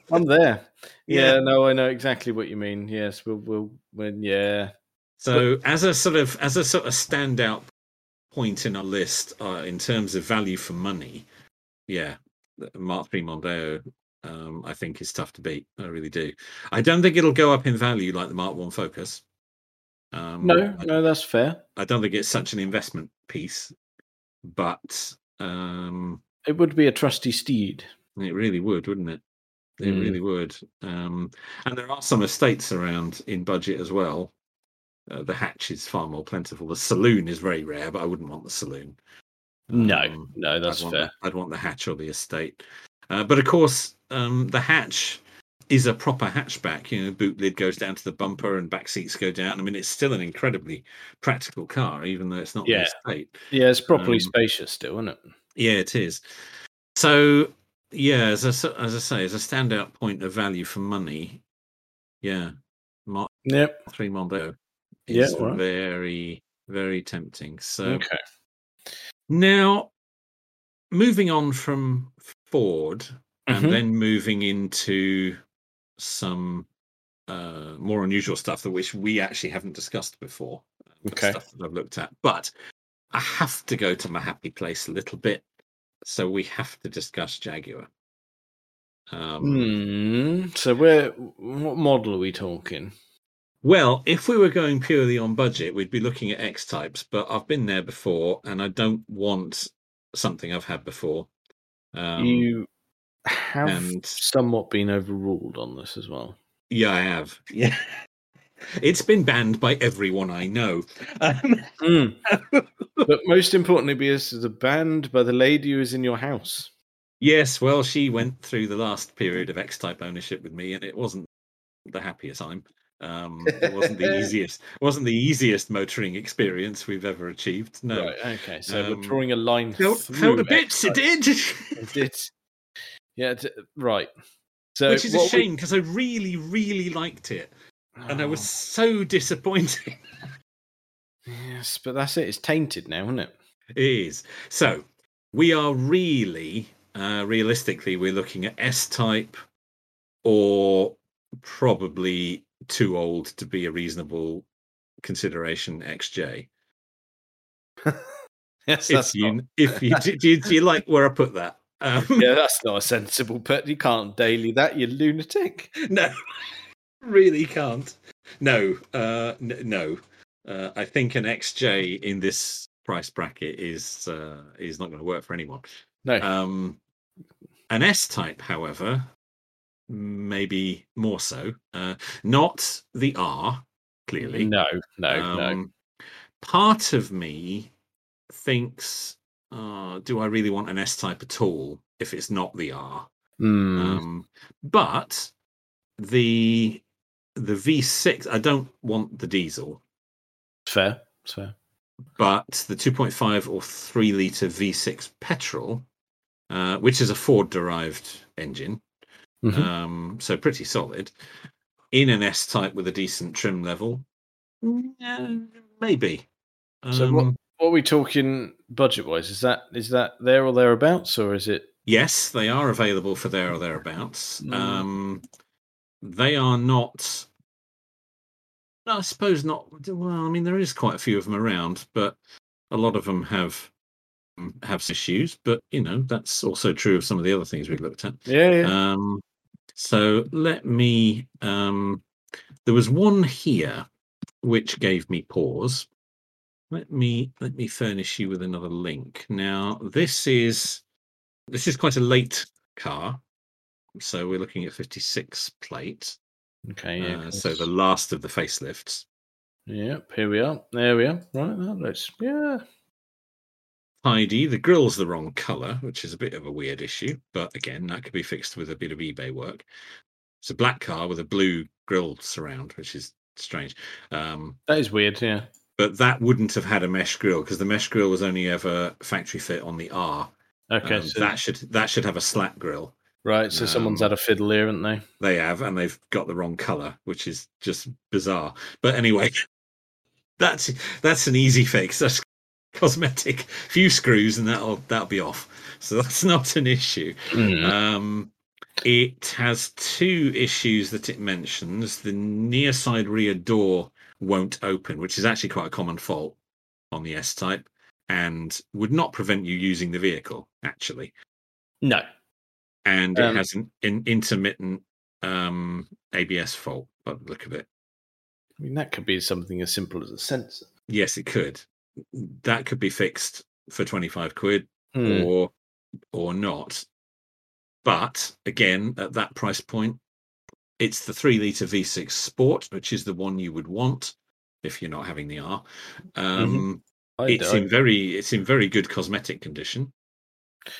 B: I'm there.
A: Yeah.
B: Yeah, no, I know exactly what you mean. Yes, we'll, we'll, when, yeah,
A: so as a sort of as a sort of standout point in our list uh, in terms of value for money yeah the mark III mondeo um, i think is tough to beat i really do i don't think it'll go up in value like the mark one focus um,
B: no,
A: I
B: no, that's fair.
A: I don't think it's such an investment piece, but um,
B: It would be a trusty steed.
A: it really would, wouldn't it? It
B: Mm.
A: really would. Um, and there are some estates around in budget as well. Uh, the hatch is far more plentiful. The saloon is very rare, but I wouldn't want the saloon.
B: No,
A: Um,
B: no, that's
A: I'd want
B: fair.
A: The, I'd want the hatch or the estate. Uh, but of course, um, the hatch is a proper hatchback. You know, boot lid goes down to the bumper and back seats go down. I mean, it's still an incredibly practical car, even though it's not
B: Yeah.
A: the estate.
B: Yeah, it's properly
A: Um,
B: spacious still, isn't it?
A: Yeah, it is. So, yeah, as I, s- as I say, as a standout point of value for money, yeah, Mark
B: Yep.
A: Three Mondo
B: Yeah,
A: is
B: all right.
A: very, very tempting. So
B: Okay.
A: now, moving on from Ford
B: Mhm.
A: and then moving into some uh, more unusual stuff that which we actually haven't discussed before. uh,
B: Okay.
A: Stuff that I've looked at, but I have to go to my happy place a little bit, so we have to discuss Jaguar. Um,
B: Hmm. So where? What model are we talking?
A: Well, if we were going purely on budget, we'd be looking at X types, but I've been there before, and I don't want something I've had before. Um,
B: you have
A: and-
B: somewhat been overruled on this as well.
A: Yeah, I have. Yeah. It's been banned by everyone I know. Um,
B: Hmm. but most importantly, because it's a banned by the lady who is in your house.
A: Yes, well, she went through the last period of X type ownership with me, and it wasn't the happiest time. Um, it wasn't the easiest. Wasn't the easiest motoring experience we've ever achieved. No,
B: Right. Okay. So
A: Um,
B: we're drawing a line.
A: felt,
B: through
A: felt a
B: it.
A: bit. It did,
B: It did. Yeah. T- right. So
A: which is a
B: what we-
A: shame because I really, really liked it, and I
B: Ah.
A: was so disappointed.
B: Oh, Yes, but that's it. It's tainted now, isn't it?
A: It is. So we are really, uh, realistically, we're looking at S type or probably too old to be a reasonable consideration XJ.
B: Yes.
A: If you, if you, do, do, do you like where I put that? Um,
B: yeah, that's not a sensible pet. You can't daily that, you lunatic.
A: No, really can't. No, uh, n- no. Uh, I think an XJ in this price bracket is uh, is not going to work for anyone.
B: No.
A: Um, an S type, however, maybe more so. Uh, not the R, clearly.
B: No, no, no.
A: Um, Part of me thinks, uh, do I really want an S type at all if it's not the R?
B: Mm,
A: Um, but the the V6, I don't want the diesel,
B: it's fair. It's fair.
A: but the 2.5 or 3 liter V6 petrol, uh, which is a Ford derived engine,
B: Mhm.
A: um, so pretty solid, in an S type with a decent trim level, mm, uh, maybe.
B: So what-
A: Um,
B: What are we talking budget wise? Is that is that there or thereabouts, or is it
A: Yes, they are available for there or thereabouts.
B: Mm.
A: Um, they are not. no, I suppose not. Well, I mean, there is quite a few of them around, but a lot of them have mm, have some issues. But you know, that's also true of some of the other things we looked at.
B: yeah? yeah.
A: Um, so let me. Um, there was one here which gave me pause. Let me let me furnish you with another link. Now this is this is quite a late car, so we're looking at fifty six plate.
B: okay, yeah.
A: uh,
B: cool.
A: so the last of the facelifts.
B: Yep, here we are. There we are. Right, that looks yeah.
A: Heidi, the grill's the wrong color, which is a bit of a weird issue, but again, that could be fixed with a bit of eBay work. It's a black car with a blue grill surround, which is strange. Um,
B: That is weird, yeah.
A: but that wouldn't have had a mesh grill because the mesh grill was only ever factory fit on the R.
B: Okay,
A: Um,
B: Uh, so,
A: that should that should have a slat grill.
B: right. So someone's
A: um,
B: had a fiddle here, haven't they?
A: They have, and they've got the wrong color, which is just bizarre. But anyway, that's that's an easy fix. That's cosmetic. Few screws, and that'll that'll be off. So that's not an issue. Um, it has two issues that it mentions. The near side rear door won't open, which is actually quite a common fault on the S type and would not prevent you using the vehicle, actually.
B: No.
A: And
B: Um,
A: it has an, an intermittent um, ABS fault by the look of it.
B: I mean that could be something as simple as a sensor.
A: Yes, it could. That could be fixed for 25 quid.
B: Hmm.
A: or or not. But again, at that price point, it's the three liter V6 Sport, which is the one you would want if you're not having the R. Um,
B: Mm-hmm. I
A: It's
B: d- I-
A: in very it's in very good cosmetic condition.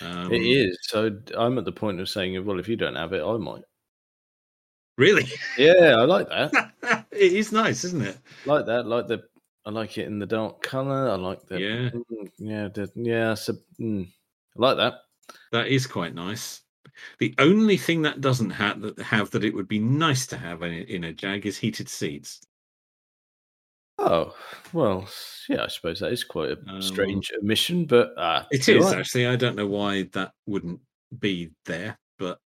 A: Um,
B: it is. So d- I'm at the point of saying, well, if you don't have it, I might.
A: really.
B: Yeah, I like that.
A: it is nice, isn't it?
B: like that. Like the, I like it in the dark color. I like the,
A: Yeah.
B: Mm, yeah, the, yeah. So, mm, I like that.
A: That is quite nice. The only thing that doesn't have that have that it would be nice to have in, in a Jag is heated seats.
B: Oh well, yeah. I suppose that is quite a
A: Um,
B: strange omission, but uh,
A: It
B: you're
A: is
B: right.
A: actually. I don't know why that wouldn't be there, but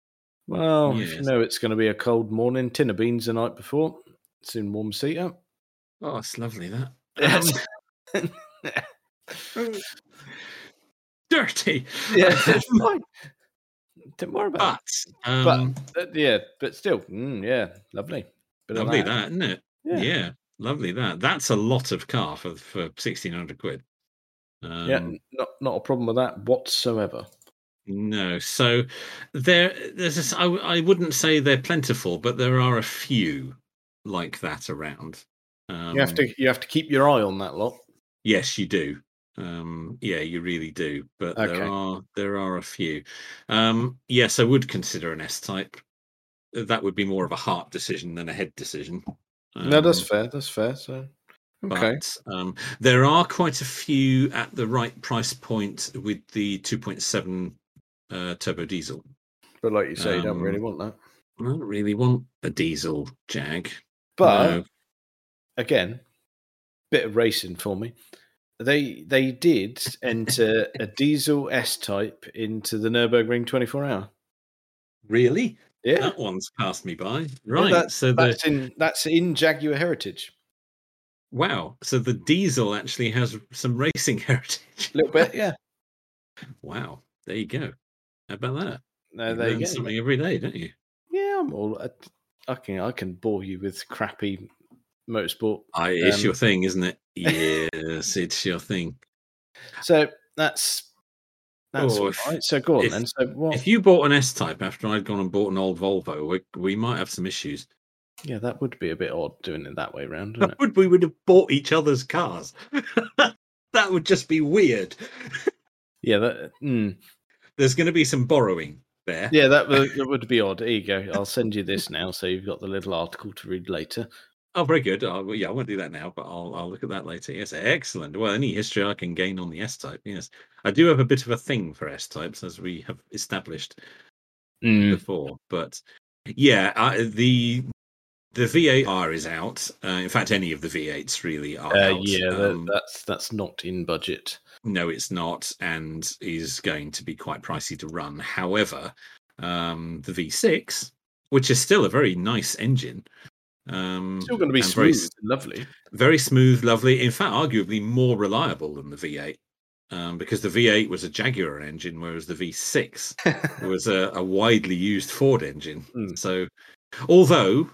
B: Well, if you
A: Yes.
B: know it's going to be a cold morning. Tin of beans the night before. Soon warm seat up.
A: oh, it's lovely that.
B: Yes.
A: Um, dirty.
B: yeah, it's fine. Don't worry about
A: But um,
B: it. Uh, yeah, but still, mm, yeah, lovely. Bit of
A: lovely that, isn't it? Yeah.
B: yeah.
A: lovely that. That's a lot of car for for sixteen hundred quid. Um,
B: yeah, not not a problem with that whatsoever.
A: No, so there. There's. This, I w- I wouldn't say they're plentiful, but there are a few like that around. Um,
B: you have to you have to keep your eye on that lot.
A: Yes, you do. Um, yeah, you really do. But
B: Okay.
A: there are there are a few. Um, yes, I would consider an S type. That would be more of a heart decision than a head decision.
B: no, that's
A: Um,
B: fair. That's fair. So, okay.
A: But um, there are quite a few at the right price point with the 2.7 uh, turbo diesel.
B: But like you say, you don't really
A: um,
B: want that.
A: I don't really want a diesel Jag.
B: But
A: No.
B: again, bit of racing for me. They they did enter a diesel S type into the Nurburgring 24 hour.
A: really,
B: Yeah,
A: that one's passed me by. Right.
B: that's-
A: so the
B: that's in that's in Jaguar Heritage.
A: wow. So the diesel actually has some racing heritage.
B: A little bit, yeah.
A: Wow. There you go. How about that?
B: No,
A: you
B: Uh, there
A: learn
B: you go.
A: something every day, don't you?
B: Yeah, I'm all. I, I can I can bore you with crappy motorsport.
A: I, it's
B: Um,
A: your thing, isn't it? Yes, it's your thing.
B: So that's that's
A: Oh,
B: all
A: if-
B: right. So go on
A: if-
B: then. So what?
A: If you bought an S type after I'd gone and bought an old Volvo, we, we might have some issues.
B: yeah, that would be a bit odd doing it that way round, wouldn't it?
A: Would we would have bought each other's cars? that would just be weird.
B: Yeah, that. Mm,
A: There's going to be some borrowing there.
B: yeah, that would, that would be odd. Here you go. I'll send you this now, so you've got the little article to read later.
A: Oh, very good. Oh, well, yeah, I won't do that now, but I'll I'll look at that later. Yes, excellent. Well, any history I can gain on the S type. Yes, I do have a bit of a thing for S types, as we have established
B: Mm.
A: before. But yeah, I, the the VAR is out. Uh, in fact, any of the V8s really are
B: Uh,
A: out.
B: yeah, that-
A: Um,
B: that's that's not in budget.
A: no, it's not, and is going to be quite pricey to run. However, um, the V6, which is still a very nice engine, um,
B: Still going to be
A: and very
B: smooth,
A: s-
B: and lovely.
A: very smooth, lovely. In fact, arguably more reliable than the V8, um, because the V8 was a Jaguar engine, whereas the V6 was a, a widely used Ford engine.
B: Mm.
A: So, although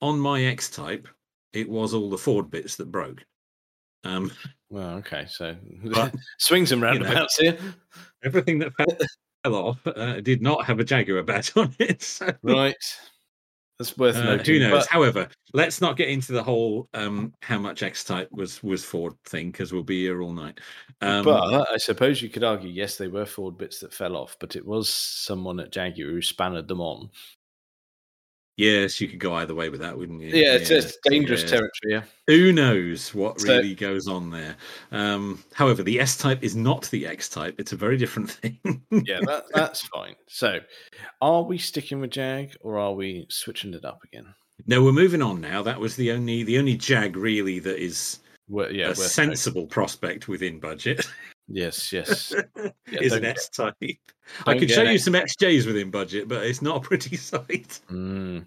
A: on my X Type, it was all the Ford bits that broke. Um,
B: Well, okay, so
A: But,
B: swings and
A: you know,
B: roundabouts here,
A: everything that fell- fell off uh, did not have a Jaguar badge on it. So.
B: right? That's worth
A: uh, who
B: noting.
A: knows?
B: but-
A: However, let's not get into the whole um, how much X type was was Ford thing because we'll be here all night. Um,
B: but I suppose you could argue, yes, they were Ford bits that fell off, but it was someone at Jaguar who spanned them on.
A: Yes, you could go either way with that, wouldn't you?
B: Yeah, it's just dangerous
A: yeah.
B: territory. Yeah.
A: Who knows what
B: So-
A: really goes on there? Um, however, the S type is not the X type. It's a very different thing.
B: yeah, that, that's fine. So, are we sticking with Jag or are we switching it up again?
A: no, we're moving on now. That was the only the only Jag really that is
B: Well, yeah,
A: a
B: worth noting.
A: sensible prospect within budget
B: Yes, yes. Yeah,
A: is
B: don't
A: an
B: get-
A: S type. I
B: don't
A: could show
B: get
A: you
B: it.
A: some XJs within budget, but it's not a pretty sight.
B: Mm.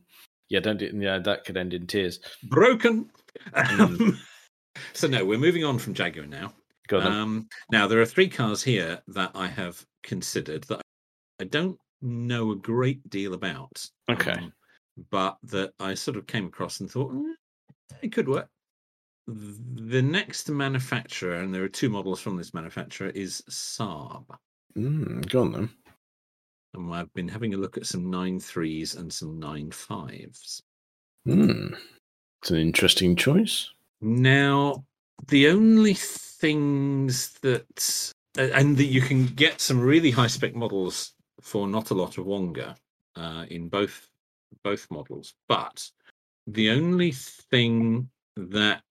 B: Yeah, don't. Do, yeah, that could end in tears.
A: Broken. Um, so no, we're moving on from Jaguar now.
B: Go on. then.
A: Um, now there are three cars here that I have considered that I don't know a great deal about.
B: Okay.
A: um, but that I sort of came across and thought "Mm, it could work. The next manufacturer, and there are two models from this manufacturer, is Saab.
B: Mm, go on then.
A: And I've been having a look at some 9.3s and some 9.5s.
B: Mm. It's an interesting choice.
A: Now, the only things that a- Uh, and that you can get some really high spec models for not a lot of Wonga uh, in both both models, but the only thing that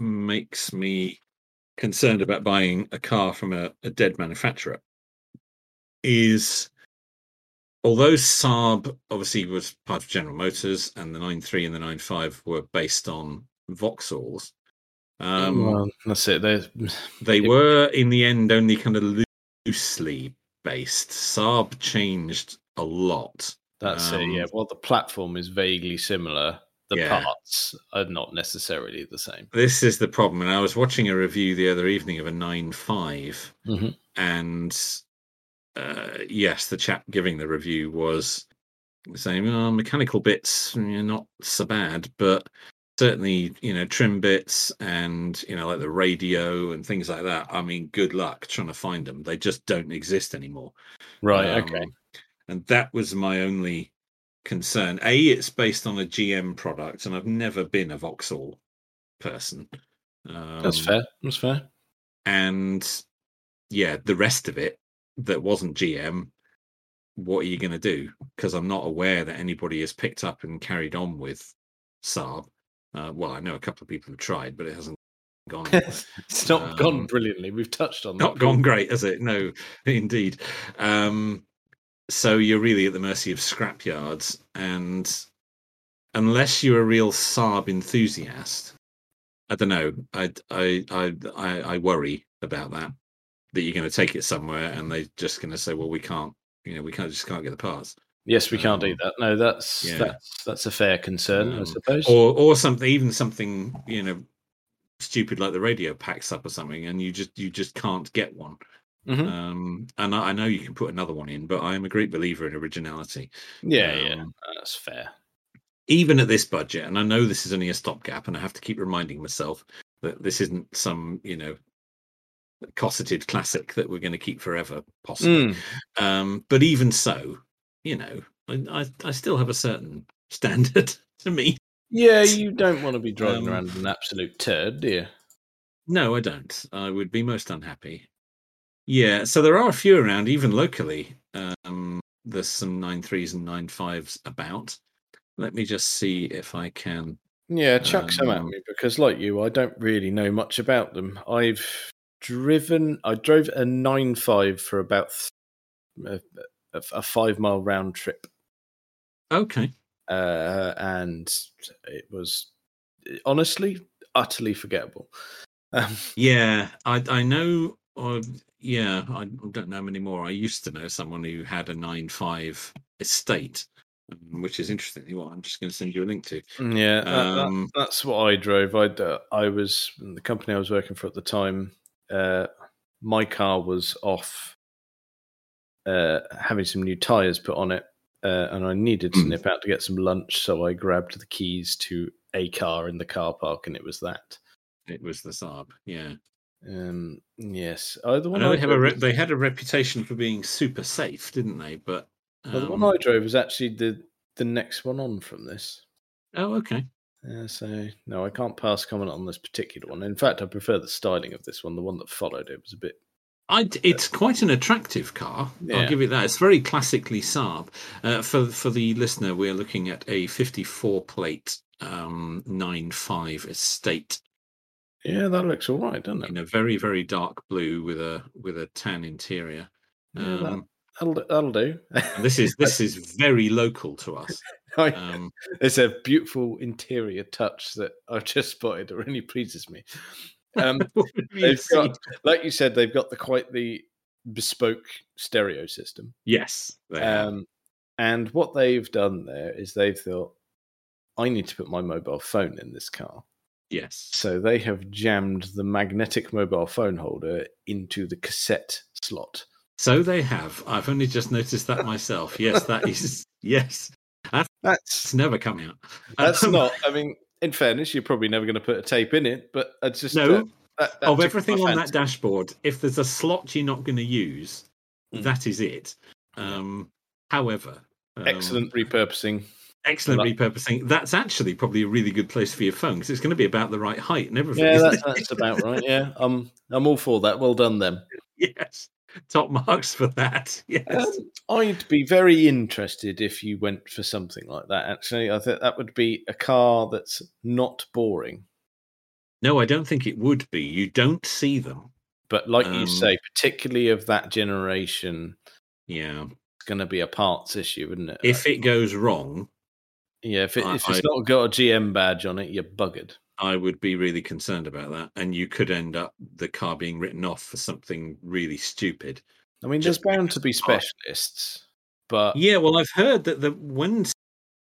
A: makes me concerned about buying a car from a, a dead manufacturer is although Saab obviously was part of General Motors and the 9.3 and the 9.5 were based on Vauxhalls, um,
B: well, that's it. There's,
A: they
B: it-
A: were in the end only kind of loo- loosely based. Saab changed a lot.
B: that's it. Yeah.
A: Um,
B: Well, the platform is vaguely similar. The
A: Yeah.
B: parts are not necessarily the same.
A: This is the problem. And I was watching a review the other evening of a 9.5
B: Mhm.
A: and uh, yes, the chap giving the review was saying, "Oh, mechanical bits, mm, not so bad, but certainly, you know, trim bits and you know, like the radio and things like that. I mean, good luck trying to find them. They just don't exist anymore."
B: Right. okay.
A: Um, And that was my only concern. A, it's based on a GM product, and I've never been a Vauxhall person. Um,
B: That's fair. That's fair.
A: and yeah, the rest of it that wasn't GM, what are you going to do? Because I'm not aware that anybody has picked up and carried on with Saab. Uh, well, I know a couple of people have tried, but it hasn't gone.
B: it's not
A: Um,
B: gone brilliantly. We've touched on
A: not
B: that.
A: gone great, has it? No, indeed. Um, so you're really at the mercy of scrapyards, and unless you're a real Saab enthusiast, I don't know. I I I I, I worry about that. That you're going to take it somewhere, and they're just going to say, "Well, we can't." You know, we can't just can't get the parts,
B: Yes, we can't do
A: Um,
B: that. No, that's
A: yeah.
B: that's that's a fair concern, I
A: Um,
B: suppose.
A: or or something, even something you know, stupid like the radio packs up or something, and you just you just can't get one.
B: Mhm.
A: Um, and I, I know you can put another one in, but I am a great believer in originality.
B: yeah, yeah,
A: Um,
B: that's fair.
A: Even at this budget, and I know this is only a stopgap, and I have to keep reminding myself that this isn't some, you know, cosseted classic that we're going to keep forever, possibly.
B: Mm,
A: Um, but even so, you know, I, I, I still have a certain standard to me.
B: Yeah, you don't want to be driving
A: Um,
B: around in an absolute turd, do you?
A: No, I don't. I would be most unhappy. Yeah, so there are a few around, even locally. Um, there's some nine threes and nine fives about. Let me just see if I can.
B: Yeah, chuck some at
A: Um,
B: me because, like you, I don't really know much about them. I've driven, I drove a nine five for about th- a, a five mile round trip
A: Okay,
B: uh, and it was honestly utterly forgettable. Um,
A: yeah, I I know. Uh, yeah, I don't know many more. I used to know someone who had a nine five estate, um, which is interestingly what I'm just going to send you a link to.
B: yeah, that- that-
A: Um,
B: that's what I drove. I uh, I was the company I was working for at the time. Uh, my car was off uh, having some new tires put on it, uh, and I needed to
A: Mm.
B: nip out to get some lunch. So I grabbed the keys to a car in the car park, and it was that.
A: It was the Saab. Yeah,
B: Um, yes, uh, the
A: I
B: one
A: know they have a
B: drove
A: re-
B: was-
A: they had a reputation for being super safe, didn't they? But
B: well, uh, the
A: um,
B: one I drove was actually the the next one on from this.
A: oh, okay.
B: Yeah, so no, I can't pass comment on this particular one. In fact, I prefer the styling of this one. The one that followed it was a bit.
A: I d it's quite an attractive car.
B: Yeah.
A: I'll give it that. It's very classically Saab. Uh, for for the listener, we're looking at a 54 plate um 95 estate
B: Yeah, that looks all right, doesn't it?
A: in a very very dark blue with a with a tan interior.
B: Yeah, that,
A: Um,
B: that'll, do- that'll do.
A: and this is this is very local to us.
B: I-
A: Um,
B: it's a beautiful interior touch that I've just spotted. It really pleases me. Um,
A: what have you
B: they've
A: seen?
B: got, like you said, they've got the quite the bespoke stereo system.
A: yes, they have.
B: Um, and what they've done there is they've thought, I need to put my mobile phone in this car.
A: yes.
B: So they have jammed the magnetic mobile phone holder into the cassette slot.
A: So they have. I've only just noticed that myself. Yes, that is yes. It's
B: That's
A: never come out.
B: that's
A: Um,
B: not. I mean, in fairness, you're probably never going to put a tape in it, but I just
A: No,
B: uh, that- that
A: of
B: took
A: everything
B: my
A: on that
B: fancy.
A: dashboard, if there's a slot you're not going to use,
B: Mm.
A: that is it.
B: Yeah.
A: Um, however, um,
B: excellent repurposing.
A: excellent
B: Like-
A: repurposing. That's actually probably a really good place for your phone because it's going to be about the right height and everything.
B: Yeah,
A: isn't
B: that's,
A: it?
B: that's about right. Yeah, I'm I'm all for that. Well done, then.
A: yes, top marks for that. Yes,
B: Um, I'd be very interested if you went for something like that. Actually, I think that would be a car that's not boring.
A: no, I don't think it would be. You don't see them.
B: But like you
A: Um,
B: say, particularly of that generation,
A: Yeah,
B: it's going to be a parts issue, isn't it?
A: if it goes wrong,
B: yeah, if, it,
A: I-
B: if it's
A: I-
B: not got a GM badge on it, you're buggered.
A: I would be really concerned about that, and you could end up the car being written off for something really stupid.
B: I mean,
A: Just
B: there's bound to be
A: because it's
B: specialists, but
A: Uh, Yeah, well, I've heard that the when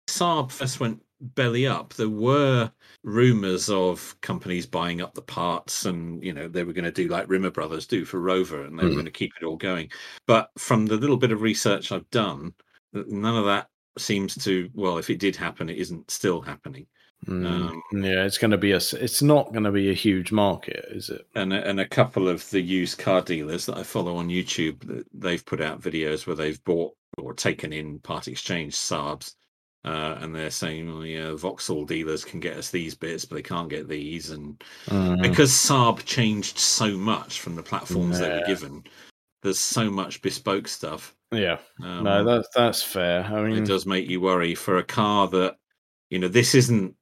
A: Saab first went belly up, there were rumors of companies buying up the parts, and you know they were going to do like Rimmer Brothers do for Rover, and they were
B: Hmm.
A: going to keep it all going. But from the little bit of research I've done, th- none of that seems to. Well, if it did happen, it isn't still happening.
B: mm,
A: um,
B: yeah, it's going to be a. s- It's not going to be a huge market, is it?
A: and a, and a couple of the used car dealers that I follow on YouTube, th- they've put out videos where they've bought or taken in part exchange Saabs Uh, and they're saying, well, yeah, Vauxhall dealers can get us these bits, but they can't get these. And
B: Mm.
A: because Saab changed so much from the platforms that
B: Yeah.
A: were given, there's so much bespoke stuff.
B: yeah,
A: Um,
B: no, that's that's fair. I mean,
A: it does make you worry for a car that you know this isn't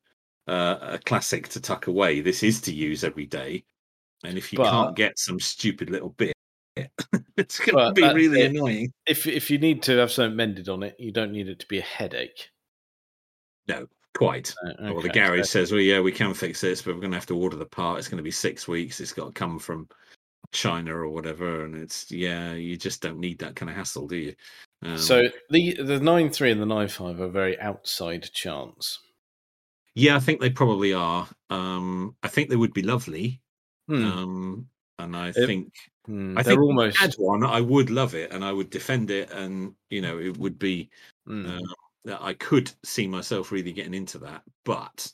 A: uh, a classic to tuck away this is to use every day and if you
B: But-
A: can't get some stupid little bit it's going to
B: But
A: be
B: that's
A: really
B: it.
A: annoying
B: if if you need to have something mended on it, you don't need it to be a headache.
A: quite
B: Uh,
A: or
B: okay,
A: the garage
B: so-
A: says well yeah we can fix this but we're going to have to order the part it's going to be six weeks it's got to come from china or whatever and it's yeah you just don't need that kind of hassle do you um,
B: So the the nine three and the nine five are very outside chance.
A: yeah i think they probably are um i think they would be lovely
B: Hmm.
A: um and i
B: It-
A: think
B: Hmm,
A: I
B: They're
A: think we
B: almost.
A: had one, I would love it and I would defend it. And, you know, it would be
B: Hmm.
A: uh, that I could see myself really getting into that. But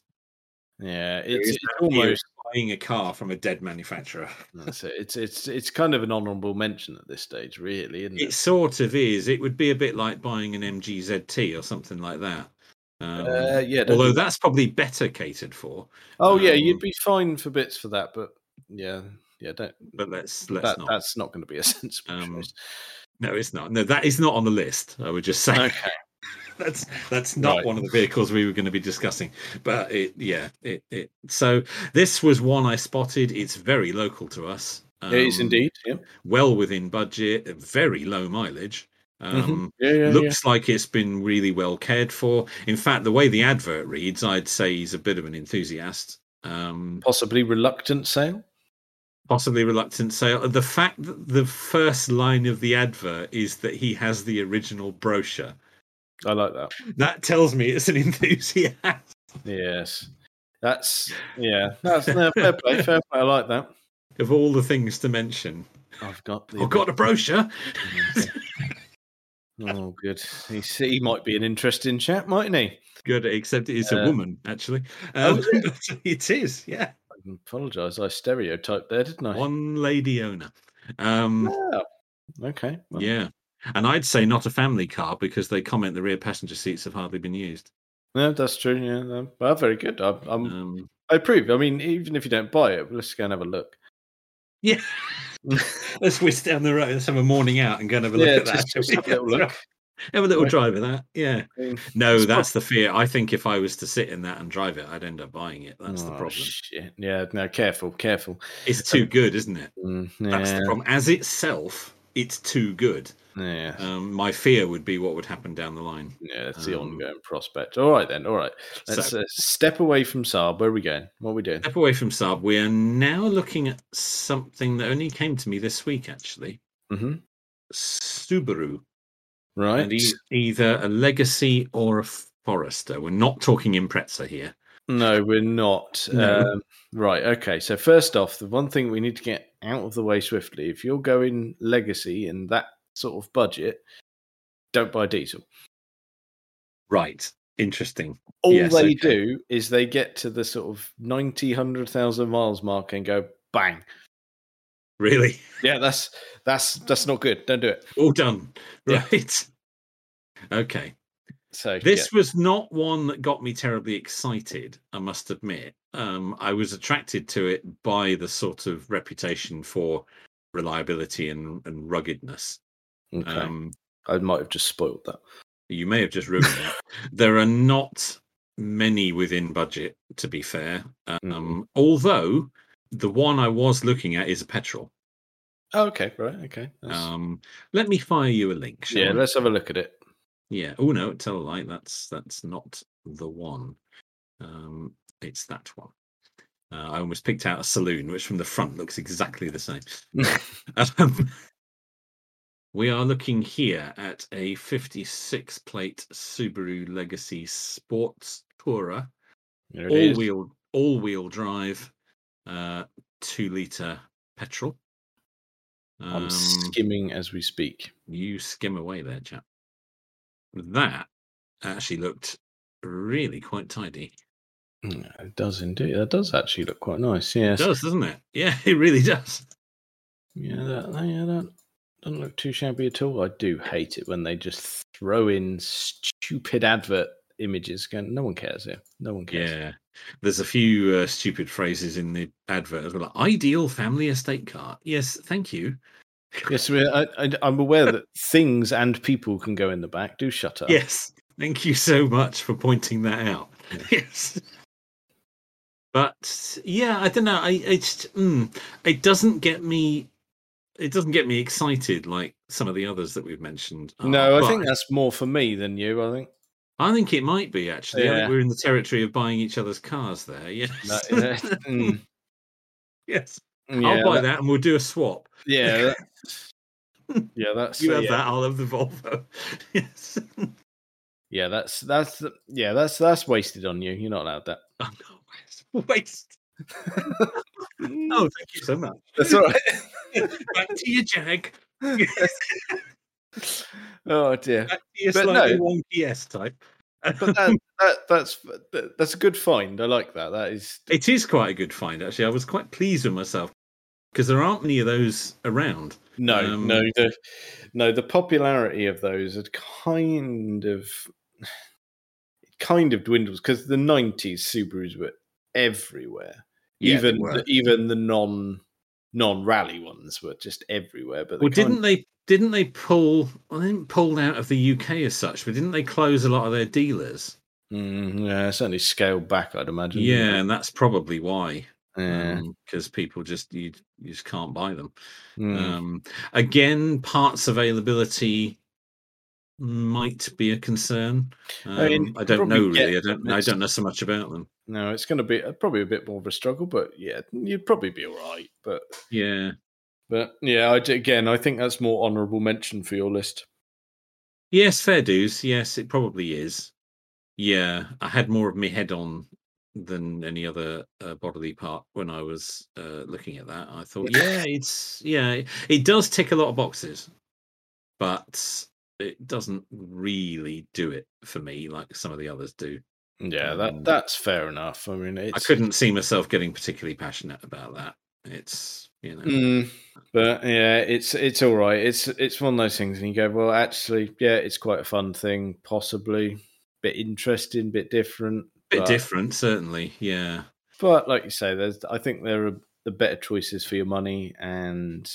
B: yeah,
A: there
B: it's,
A: is
B: it's
A: that fear of
B: almost.
A: buying a car from a dead manufacturer.
B: That's it. It's it's it's kind of an honourable mention at this stage, really, isn't
A: It
B: it?
A: sort of is. It would be a bit like buying an MGZT or something like that. Um,
B: uh, yeah. don't
A: although
B: do that.
A: that's probably better catered for.
B: oh yeah,
A: um,
B: you'd be fine for bits for that, but yeah, yeah. Don't.
A: But let's let's
B: that,
A: not.
B: That's not going to be a sensible
A: Um,
B: choice.
A: No, it's not. No, that is not on the list. I would just say.
B: Okay.
A: that's that's not
B: Right.
A: one of the vehicles we were going to be discussing but it yeah it, it so this was one i spotted it's very local to us
B: it is
A: um,
B: indeed. Yeah.
A: well within budget very low mileage
B: Mhm.
A: um
B: yeah, yeah, yeah.
A: looks like it's been really well cared for in fact the way the advert reads i'd say he's a bit of an enthusiast um
B: Possibly reluctant sale.
A: possibly reluctant sale the fact that the first line of the advert is that he has the original brochure
B: I like that.
A: that tells me it's an enthusiast
B: Yes. That's yeah. That's no, fair play. Fair play. I like that.
A: of all the things to mention.
B: I've got the.
A: I've got a brochure.
B: Oh, good. He he might be an interesting chap, mightn't he?
A: Good, except it's a
B: Uh,
A: woman, actually.
B: oh,
A: Um, it is, yeah.
B: I apologise. I stereotyped there, didn't I?
A: One lady owner. Um,
B: Wow. Okay. well,
A: yeah. And I'd say not a family car because they comment the rear passenger seats have hardly been used.
B: No, that's true. Yeah. no, Well, very good. I, I'm.
A: Um,
B: I approve. I mean, even if you don't buy it, let's go and have a look.
A: yeah. let's whisk down the road. Let's have a morning out and go and have a look
B: yeah.
A: at that.
B: Just,
A: shall
B: just
A: we?
B: have a little look.
A: Have a little
B: Right.
A: drive of that. Yeah.
B: I mean,
A: No,
B: It's
A: that's the fear. I think if I was to sit in that and drive it, I'd end up buying it. That's the
B: oh,
A: problem.
B: Shit. Yeah. No. Careful. Careful.
A: It's too good, isn't it?
B: Mm,
A: That's
B: yeah.
A: the problem. As itself, it's too good.
B: yeah.
A: Um, my fear would be what would happen down the line.
B: Yeah, that's the
A: Um,
B: ongoing prospect. All right, then. All right. Let's
A: So-
B: uh, step away from Saab. Where are we going? What are we doing?
A: Step away from Saab. We are now looking at something that only came to me this week, actually.
B: hmm
A: Subaru,
B: Right.
A: and e- either a Legacy or a Forester. We're not talking Impreza here.
B: No, we're not.
A: No.
B: Um, right. Okay. So, first off, the one thing we need to get out of the way swiftly if you're going legacy in that sort of budget, don't buy diesel.
A: Right. Interesting.
B: All
A: Yes,
B: they
A: okay.
B: do is they get to the sort of 90, 100,000 miles mark and go bang.
A: Really.
B: Yeah, that's that's that's not good. Don't do it.
A: All done.
B: Yeah.
A: Right. Okay.
B: So
A: This was not one that got me terribly excited, I must admit. Um, I was attracted to it by the sort of reputation for reliability and, and ruggedness.
B: yeah. Okay.
A: Um,
B: I might have just spoiled that.
A: you may have just ruined that. There are not many within budget, to be fair. Um,
B: Mhm.
A: Although the one I was looking at is a petrol.
B: Oh, okay, right, okay. That's-
A: Um, let me fire you a link. shall
B: Uh, yeah,
A: I?
B: let's have a look at it.
A: Yeah. Oh no, tell a lie. That's that's not the one. Um, it's that one. Uh, I almost picked out a saloon, which from the front looks exactly the same. um, we are looking here at a 56 plate Subaru Legacy Sports Tourer,
B: There it
A: all
B: is.
A: wheel all wheel drive, uh, two liter petrol. Um,
B: I'm skimming as we speak.
A: you skim away there, chap. That actually looked really quite tidy.
B: Yeah, Mm, It does indeed. That does actually look quite nice.
A: It
B: Yes.
A: does, doesn't it? Yeah, it really does.
B: Yeah, that, yeah, that doesn't look too shabby at all. I do hate it when they just throw in stupid advert images going, no one cares here. No one cares.
A: Yeah, there's a few uh, stupid phrases in the advert as well. Like, Ideal family estate car. Yes, thank you.
B: Yes, I mean, I, I, I'm aware that things and people can go in the back. Do shut up.
A: Yes, thank you so much for pointing that out. yes, but yeah, I don't know. I it's mm, it doesn't get me. It doesn't get me excited like some of the others that we've mentioned. are,
B: no, I
A: but
B: think that's more for me than you. I think.
A: I think it might be actually. I
B: Yeah.
A: think we're in the territory of buying each other's cars there. Yes.
B: No, yeah, mm,
A: yes.
B: yeah,
A: I'll buy
B: that-
A: that and we'll do a swap.
B: Yeah. that- yeah, that's
A: You
B: uh,
A: have
B: yeah.
A: that, I'll have the Volvo. yes.
B: Yeah, that's that's yeah, that's that's wasted on you. You're not allowed that.
A: Oh, no, waste. Waste. Oh, thank you so much.
B: That's all right.
A: Back to your Jag.
B: oh dear.
A: Back to your
B: But
A: slightly
B: no.
A: wonky S type.
B: But that, that that's that, that's a good find. I like that. That is
A: It is quite a good find, actually. I was quite pleased with myself because there aren't many of those around.
B: no,
A: Um,
B: no, the no, the popularity of those had kind of it kind of dwindles because the nineties Subarus were everywhere. even the, even the non non rally ones were just everywhere. But they
A: well,
B: kind-
A: didn't they? Didn't they pull? Well, they didn't pull out of the UK as such, but didn't they close a lot of their dealers?
B: Mm, yeah, certainly scaled back. I'd imagine.
A: Yeah, and that's probably why. um,
B: Yeah.
A: because people just you, you just can't buy them.
B: Mm.
A: Um, again, parts availability might be a concern. Um,
B: I
A: I,
B: mean, you
A: don't
B: probably
A: know
B: get
A: really. I don't. I
B: next-
A: don't know so much about them.
B: No, it's going to be uh, probably a bit more of a struggle, but yeah, you'd probably be all right. But
A: Yeah,
B: but yeah, I, d- again, I think that's more honourable mention for your list.
A: Yes, fair dues. Yes, it probably is. Yeah, I had more of my head on than any other uh, bodily part when I was uh, looking at that. I thought, yeah, it's yeah, it- it does tick a lot of boxes, but it doesn't really do it for me like some of the others do.
B: Yeah,
A: Um,
B: that that's fair enough. I mean, it's,
A: I couldn't see myself getting particularly passionate about that. It's you know,
B: Mm, but yeah, it's it's all right. It's it's one of those things, and you go, well, actually, yeah, it's quite a fun thing, possibly, bit interesting, bit different,
A: bit
B: but-
A: different, certainly. Yeah,
B: But like you say, there's I think there are the better choices for your money, and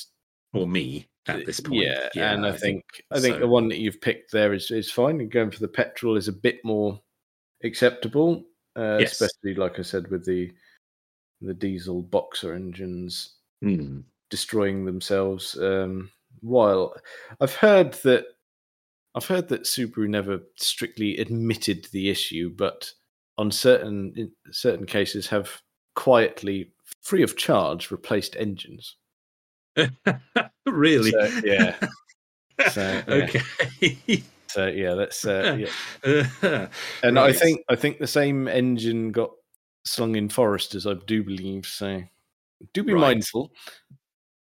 A: for me at this point.
B: yeah, and I think I think
A: so.
B: the one that you've picked there is is fine. And going for the petrol is a bit more acceptable, uh,
A: Yes.
B: especially like I said with the the diesel boxer engines
A: Hmm.
B: destroying themselves. Um, while I've heard that I've heard that Subaru never strictly admitted the issue, but on certain in certain cases have quietly, free of charge, replaced engines.
A: really?
B: So, yeah. So, yeah.
A: okay.
B: So yeah, that's uh, yeah.
A: Uh,
B: and I
A: right.
B: think I think the same engine got slung in Foresters, I do believe. So do be
A: Right.
B: mindful.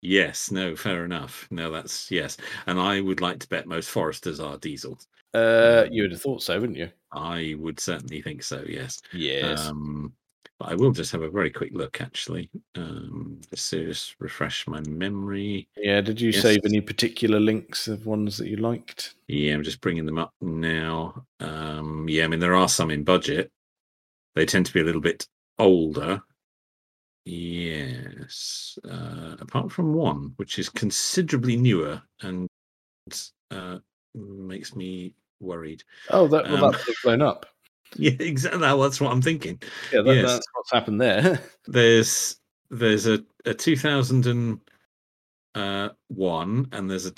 A: yes, no, fair enough. No, that's yes. And I would like to bet most foresters are diesels.
B: Uh, you would have thought so, wouldn't you?
A: I would certainly think so. Yes.
B: Um,
A: Um, but I will just have a very quick look, actually. Um, just to just refresh my memory.
B: yeah. Did you
A: yes.
B: save any particular links of ones that you liked?
A: Yeah, I'm just bringing them up now. Um, yeah, I mean there are some in budget. They tend to be a little bit older. Yes, uh, apart from one, which is considerably newer and uh, makes me worried.
B: Oh, that well,
A: Um,
B: that would have blown up.
A: Yeah, exactly. That's what I'm thinking.
B: Yeah, that,
A: yes.
B: that's what's happened there.
A: There's there's a, a 2001 uh, and there's a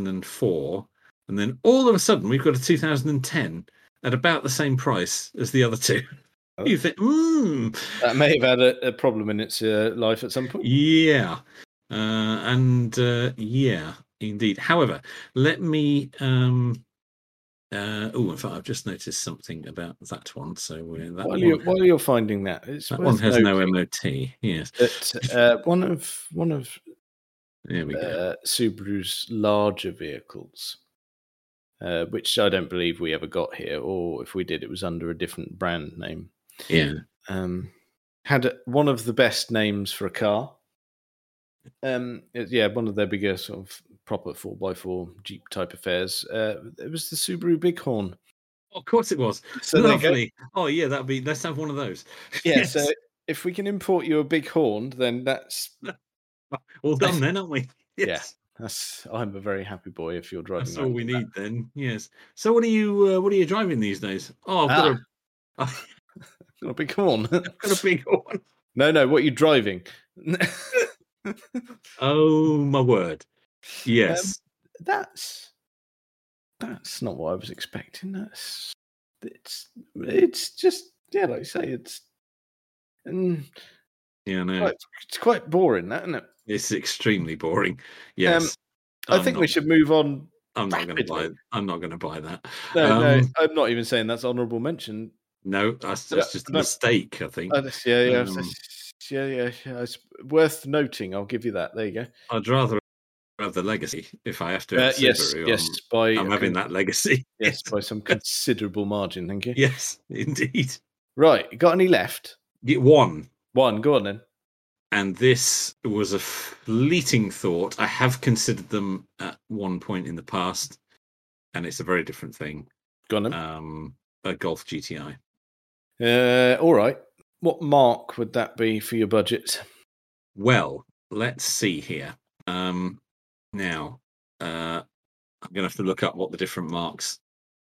A: 2004, and then all of a sudden we've got a 2010 at about the same price as the other two.
B: Oh.
A: You think, hmm,
B: that may have had a, a problem in its uh, life at some point.
A: yeah, uh, and uh, yeah, indeed. However, let me. Um, uh, oh, in fact, I've just noticed something about that one. So we're, that
B: While
A: one,
B: you're, while you're finding that, it's
A: that
B: worth
A: one has no
B: noting
A: MOT. Yes,
B: that uh, one of one of
A: there we go.
B: uh, Subaru's larger vehicles, uh, which I don't believe we ever got here, or if we did, it was under a different brand name.
A: Yeah.
B: Um, had a- one of the best names for a car. Um, it- yeah, one of their bigger sort of proper four x four Jeep type affairs. Uh, it was the Subaru Bighorn.
A: Of course it was.
B: So there you go.
A: Lovely. Oh yeah, that'd be. Let's have one of those.
B: Yeah. So if we can import you a big horn, then that's
A: All done then, aren't we?
B: Yeah. that's. I'm a very happy boy if you're driving.
A: That's all
B: around
A: we
B: with that.
A: need then. Yes. So what are you? Uh, what are you driving these days? Oh, I've got,
B: Ah.
A: a,
B: Got a big horn.
A: I've got a big one.
B: no, no. What are you driving?
A: Oh my word.
B: Um,
A: Yes.
B: that's that's not what I was expecting. That's it's it's just yeah, like you say, it's and
A: yeah. No.
B: quite, it's quite boring, that, isn't it?
A: It's extremely boring. Yes.
B: Um, I
A: I'm
B: think
A: not,
B: we should move on.
A: I'm not going to buy.
B: rapidly.
A: I'm not going to buy that.
B: No, no,
A: Um,
B: I'm not even saying that's honourable mention.
A: No, that's, that's just a
B: no. Uh,
A: mistake. I think
B: I just- yeah, yeah,
A: um,
B: that's- yeah, yeah, yeah. It's worth noting. I'll give you that. There you go.
A: I'd rather have the legacy if I have to.
B: Uh,
A: have
B: yes,
A: Subaru.
B: yes,
A: I'm-
B: by
A: I'm,
B: a
A: having
B: con-
A: that legacy.
B: Yes, by some considerable margin. Thank you.
A: Yes, indeed.
B: Right, got any left?
A: It won.
B: One. Go on then.
A: And this was a fleeting thought. I have considered them at one point in the past, and it's a very different thing.
B: Go on then.
A: Um, a Golf GTI.
B: Uh, all right. What mark would that be for your budget?
A: Well, let's see here. Um, now, uh, I'm going to have to look up what the different marks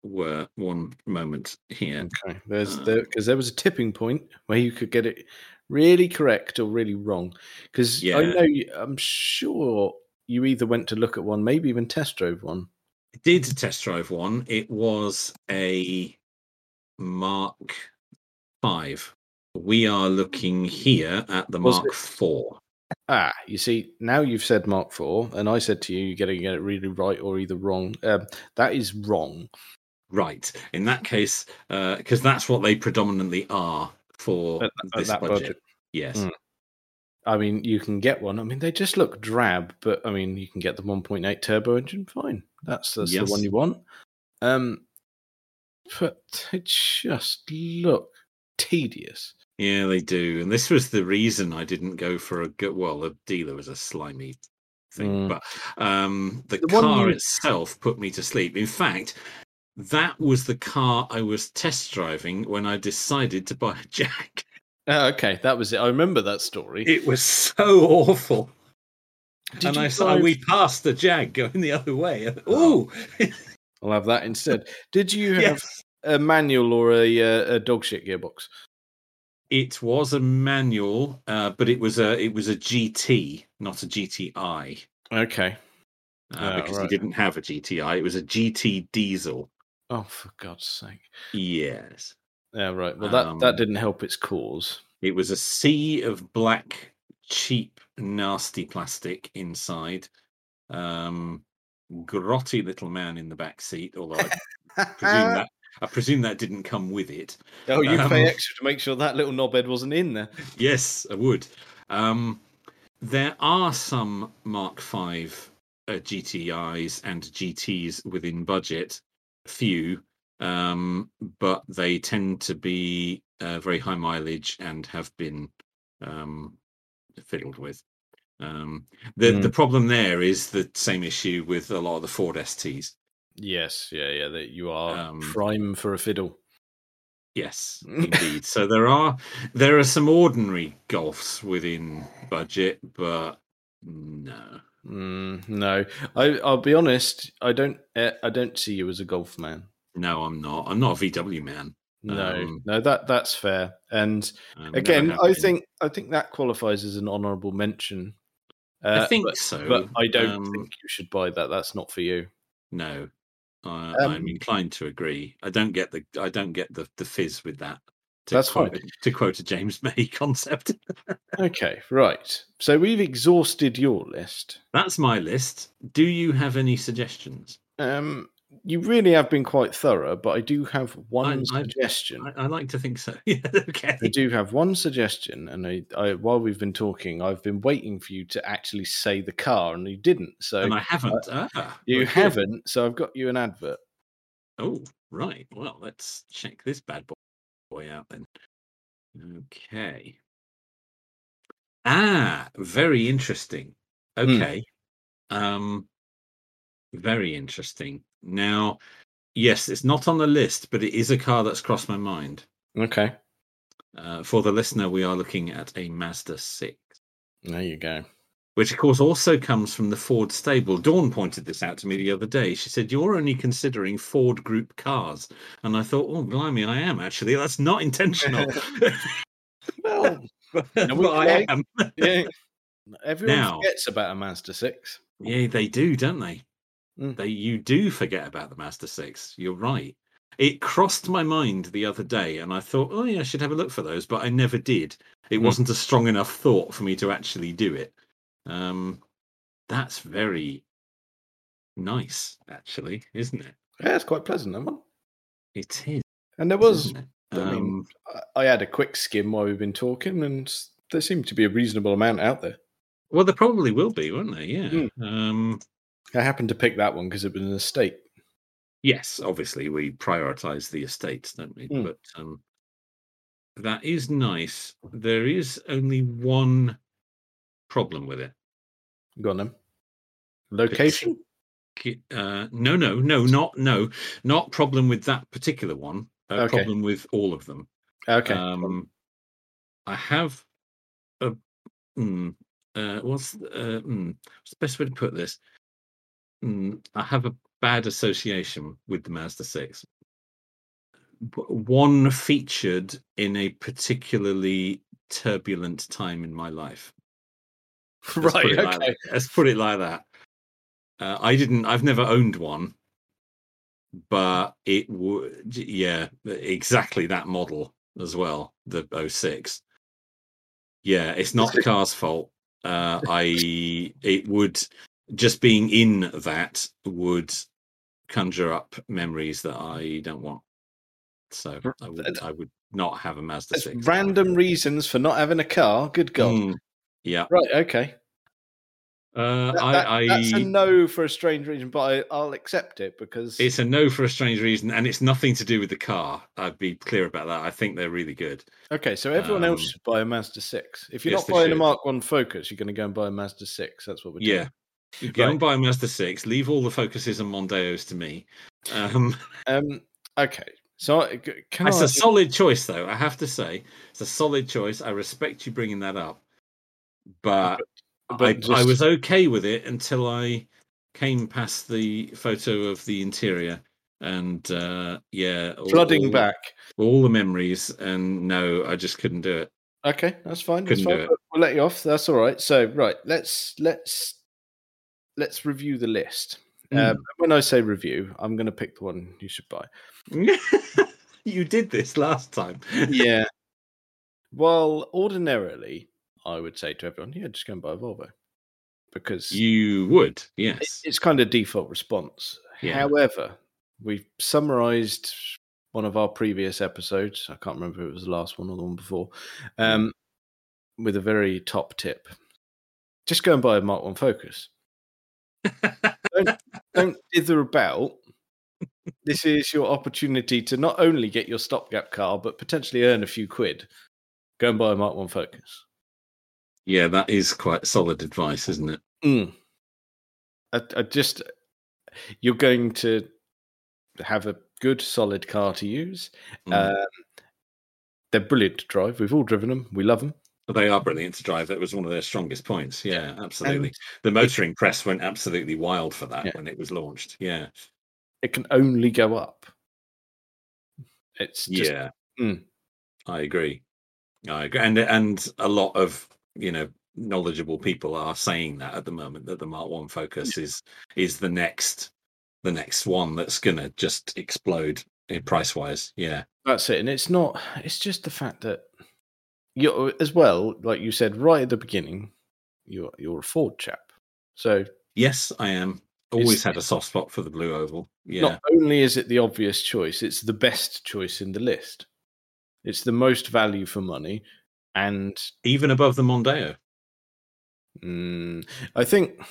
A: were. One moment here.
B: Okay, there's
A: Uh,
B: there because there was a tipping point where you could get it really correct or really wrong. Because I
A: Yeah.
B: know you- I'm sure you either went to look at one, maybe even test drove one.
A: I did test drive one. It was a Mark Five. We are looking here at the
B: Was
A: Mark Four.
B: Ah, you see, now you've said Mark Four, and I said to you, you're going to get it really right or either wrong. Um, that is wrong.
A: Right. In that case, because that's what they predominantly are for
B: At, at
A: this
B: that
A: budget.
B: budget.
A: Yes.
B: Mm. I mean, you can get one. I mean, they just look drab, but I mean, you can get the 1.8 turbo engine. Fine, that's that's the one
A: Yes.
B: you want. Um, but they just look tedious.
A: Yeah, they do. And this was the reason I didn't go for a good. Well, the dealer was a slimy thing,
B: Mm.
A: but um, the,
B: The one
A: car
B: you-
A: itself put me to sleep. In fact, that was the car I was test driving when I decided to buy a Jack.
B: Ah, okay, that was it. I remember that story.
A: It was so awful.
B: Did
A: and
B: you
A: I saw
B: drive-
A: we passed the Jag going the other way.
B: Oh,
A: Oh,
B: I'll have that instead. Did you have
A: yes.
B: a manual or a, uh, a dog shit gearbox?
A: It was a manual, uh, but it was a it was a GT, not a GTI.
B: Okay.
A: Uh,
B: Ah,
A: because
B: right.
A: he didn't have a GTI, it was a GT diesel.
B: Oh, for God's sake!
A: Yes.
B: Yeah, right. Well, that
A: Um,
B: that didn't help its cause.
A: It was a sea of black, cheap, nasty plastic inside. Um, grotty little man in the back seat, although I presume that I presume that didn't come with it.
B: oh, you pay
A: um,
B: extra to make sure that little knobhead wasn't in there.
A: Yes, I would. Um, there are some Mark V uh, GTIs and GTs within budget, few, um, but they tend to be uh, very high mileage and have been um, fiddled with. Um, the the problem there is the same issue with a lot of the Ford STs.
B: Yes, yeah, yeah, that you are
A: Um,
B: prime for a fiddle.
A: Yes, indeed. so there are there are some ordinary golfs within budget, but no.
B: Mm, no, I, I'll be honest. I don't, uh, I don't see you as a golf man.
A: No, I'm not. I'm not a VW man.
B: No,
A: Um,
B: no, that that's fair. And
A: Um, never
B: again,
A: have
B: I
A: been.
B: think I think that qualifies as an honourable mention. Uh,
A: I think
B: but,
A: so.
B: but I don't
A: um,
B: think you should buy that. That's not for you.
A: No, I,
B: Um,
A: I'm inclined to agree. I don't get the I don't get the the fizz with that. To
B: That's
A: quote,
B: fine.
A: To quote a James May concept,
B: Okay, right. So we've exhausted your list.
A: that's my list. Do you have any suggestions?
B: Um, you really have been quite thorough, but I do have one
A: I- I-
B: suggestion.
A: I, I like to think so. yeah. Okay.
B: I do have one suggestion, and I, I while we've been talking, I've been waiting for you to actually say the car, and you didn't. So
A: and I haven't. ah,
B: you
A: okay.
B: haven't. So I've got you an advert.
A: Oh, right. Well, let's check this bad bo- boy out then. Okay. Ah, very interesting.
B: Hmm.
A: Okay. Um very interesting. Now, yes, it's not on the list, but it is a car that's crossed my mind.
B: Okay.
A: Uh, for the listener, we are looking at a Mazda 6,
B: There you go.
A: which of course also comes from the Ford stable. Dawn pointed this out to me the other day. She said, You're only considering Ford Group cars. And I thought, Oh, blimey, I am actually. That's not intentional.
B: Well,
A: but
B: No, we-
A: I am.
B: yeah. Everyone
A: Now-
B: forgets about a Mazda 6.
A: Yeah, they do, don't they?
B: Mm.
A: They you do forget about the Master Six. You're right. It crossed my mind the other day, and I thought, oh yeah, I should have a look for those, but I never did. It
B: Mm.
A: wasn't a strong enough thought for me to actually do it. Um, that's very nice, actually, isn't it?
B: Yeah, it's quite pleasant, that one.
A: It is.
B: And there was,
A: isn't it?
B: I mean,
A: Um,
B: I I had a quick skim while we've been talking, and s- there seemed to be a reasonable amount out there.
A: well, there probably will be, won't there? Yeah.
B: Mm.
A: Um,
B: I happened to pick that one because it was an estate.
A: yes, obviously we prioritize the estates, don't we?
B: Mm.
A: But um, that is nice. There is only one problem with it.
B: Go on then. Location?
A: Ki- Uh, no, no, no, not no, not problem with that particular one. A
B: Okay.
A: problem with all of them.
B: Okay.
A: Um, I have a mm, uh, what's th- uh, mm, what's the best way to put this? Mm, I have a bad association with the Mazda Six. W- One featured in a particularly turbulent time in my life. Let's put
B: right.
A: it like
B: Okay.
A: that. Let's put it like that. Uh, I didn't. I've never owned one, but it would. Yeah, exactly that model as well. The 06. Yeah, it's not the car's fault. Uh, I. It would just being in that would conjure up memories that I don't want. So I would. I would not have a Mazda
B: There's
A: six.
B: random reasons for not having a car. Good God.
A: Mm, yeah.
B: Right. Okay.
A: Uh,
B: That-
A: I,
B: that-
A: I,
B: That's a no for a strange reason, but I, I'll accept it because
A: It's a no for a strange reason, and it's nothing to do with the car. I'd be clear about that. I think they're really good.
B: okay. So everyone else
A: um,
B: should buy a Mazda six. If you're
A: yes,
B: not
A: they
B: buying a
A: should.
B: Mark One Focus, you're going to go and buy a Mazda six. That's what we're doing.
A: Yeah. Go
B: Right.
A: and buy a Mazda 6. Leave all the focuses and Mondeos to me. Um,
B: Um. Okay. So I- g- can
A: it's
B: I?
A: a solid choice, though. I have to say, it's a solid choice. I respect you bringing that up, but,
B: But
A: I, I
B: just-
A: was okay with it until I came past the photo of the interior and uh, yeah, all-
B: flooding
A: all-
B: back.
A: all the memories. And no, I just couldn't do it.
B: Okay, that's fine. That's
A: Couldn't do
B: fine.
A: it.
B: We'll- We'll let you off. That's all right. So right, let's let's let's review the list.
A: Hmm.
B: Um, when I say review, I'm going to pick the one you should buy.
A: you did this last time.
B: yeah. Well, ordinarily, I would say to everyone, yeah, just go and buy a Volvo because
A: You would,
B: it-
A: yes.
B: it's kind of default response.
A: Yeah.
B: However, we've summarized one of our previous episodes. I can't remember if it was the last one or the one before, um, with a very top tip. Just go and buy a Mark One Focus. Don't dither about. This is your opportunity to not only get your stopgap car, but potentially earn a few quid. Go and buy a Mark One Focus.
A: yeah, that is quite solid advice, isn't it?
B: Mm. I, I just, you're going to have a good, solid car to use.
A: Mm.
B: Um, they're brilliant to drive. We've all driven them. We love them.
A: they are brilliant to drive. That was one of their strongest points. Yeah, absolutely.
B: And
A: the motoring press went absolutely wild for that
B: Yeah.
A: when it was launched. Yeah.
B: it can only go up. It's just,
A: yeah.
B: mm.
A: I agree. I agree. And and a lot of, you know, knowledgeable people are saying that at the moment that the Mark One Focus is is the next the next one that's gonna just explode price wise. Yeah.
B: that's it. And it's not, it's just the fact that you're, as well, like you said right at the beginning, you're, you're a Ford chap. So
A: Yes, I am. Always
B: It's-
A: had a soft spot for the blue oval. Yeah.
B: not only is it the obvious choice, it's the best choice in the list. It's the most value for money. And
A: Even above the Mondeo.
B: mm, I think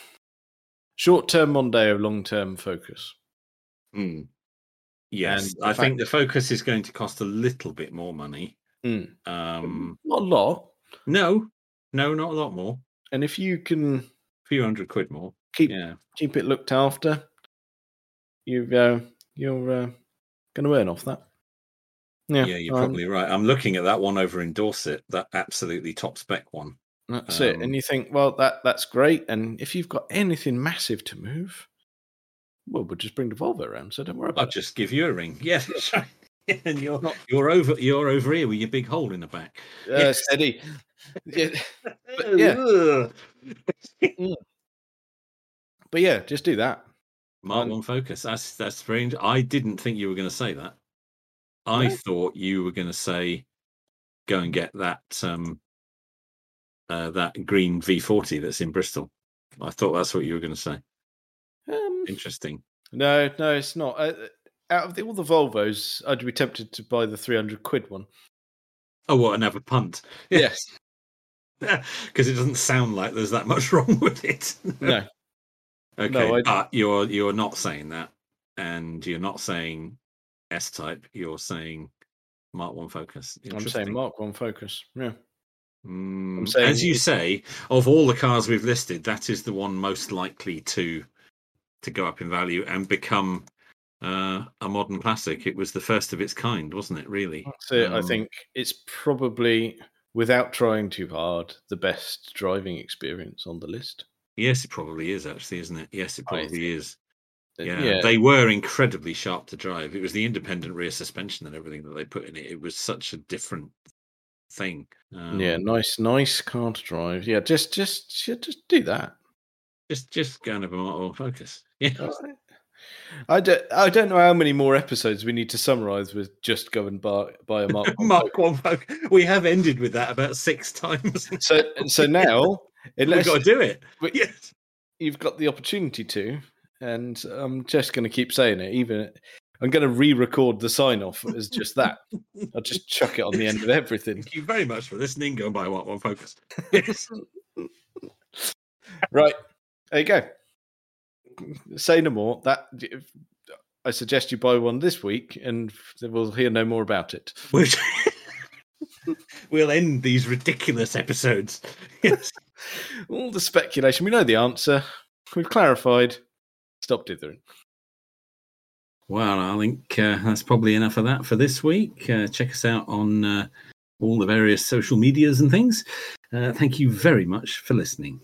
B: short term Mondeo, long term focus.
A: Mm. Yes.
B: Hmm. the
A: I
B: fact-
A: think the focus is going to cost a little bit more money.
B: Mm.
A: Um
B: Not a lot.
A: no, no, not a lot more.
B: And if you can
A: A few hundred quid more.
B: keep
A: Yeah.
B: keep it looked after, you've uh, you're uh, going to earn off that.
A: Yeah, you're
B: um,
A: probably right. I'm looking at that one over in Dorset, that absolutely top spec one.
B: That's it.
A: Um,
B: And you think, well, that that's great. And if you've got anything massive to move, well, we'll just bring the Volvo around. So don't worry
A: I'll
B: about it.
A: just give you a ring. Yeah, that's right. and you're
B: Not-
A: you're over you're over here with your big hole in the back.
B: Uh,
A: yes.
B: Steady. Yeah, But yeah.
A: Ugh.
B: but yeah, just do that.
A: Mark
B: Um,
A: One Focus. That's that's strange. I didn't think you were going to say that. I
B: No?
A: thought you were going to say, go and get that um uh, that green V40 that's in Bristol. I thought that's what you were going to say.
B: Um,
A: Interesting.
B: no, no, it's not. Uh, out of the, all the Volvos, I'd be tempted to buy the 300 quid one.
A: Oh, what another punt?
B: Yes.
A: Because it doesn't sound like there's that much wrong with it.
B: no.
A: Okay,
B: I-
A: but you're you're not saying that, and you're not saying S type. You're saying Mark One Focus.
B: I'm saying
A: Interesting.
B: Mark One Focus. Yeah.
A: Mm,
B: saying
A: as you
B: it-
A: say, of all the cars we've listed, that is the one most likely to to go up in value and become uh, a modern classic. It was the first of its kind, wasn't it? Really?
B: That's it. I
A: Um,
B: think it's probably, without trying too hard, the best driving experience on the list.
A: Yes, it probably is actually, isn't it? Yes, it
B: I
A: probably is.
B: Uh,
A: Yeah, they were incredibly sharp to drive. It was the independent rear suspension and everything that they put in it. It was such a different thing. Um,
B: yeah, nice, nice car to drive. Yeah, just, just, yeah, just do that.
A: just just go and have a Mark One Focus. Yeah,
B: I don't, I don't know how many more episodes we need to summarize with just go and buy, buy a Mark. One
A: Mark One Focus. We have ended with that about six times.
B: Focus. So, so now, unless
A: We've got to do it.
B: we-
A: Yes.
B: you've got the opportunity to, and I'm just going to keep saying it. Even I'm going to re-record the sign off as just that. I'll just chuck it on the end of everything.
A: Thank you very much for listening. Go and buy Mark One Focus. Yes.
B: Right, there you go. Say no more. That if- I suggest you buy one this week, and then we'll hear no more about it.
A: We'll- we'll end these ridiculous episodes. Yes.
B: All the speculation. We know the answer. We've clarified. Stop dithering.
A: Well, I think uh, that's probably enough of that for this week. Uh, check us out on uh, all the various social medias and things. Uh, thank you very much for listening.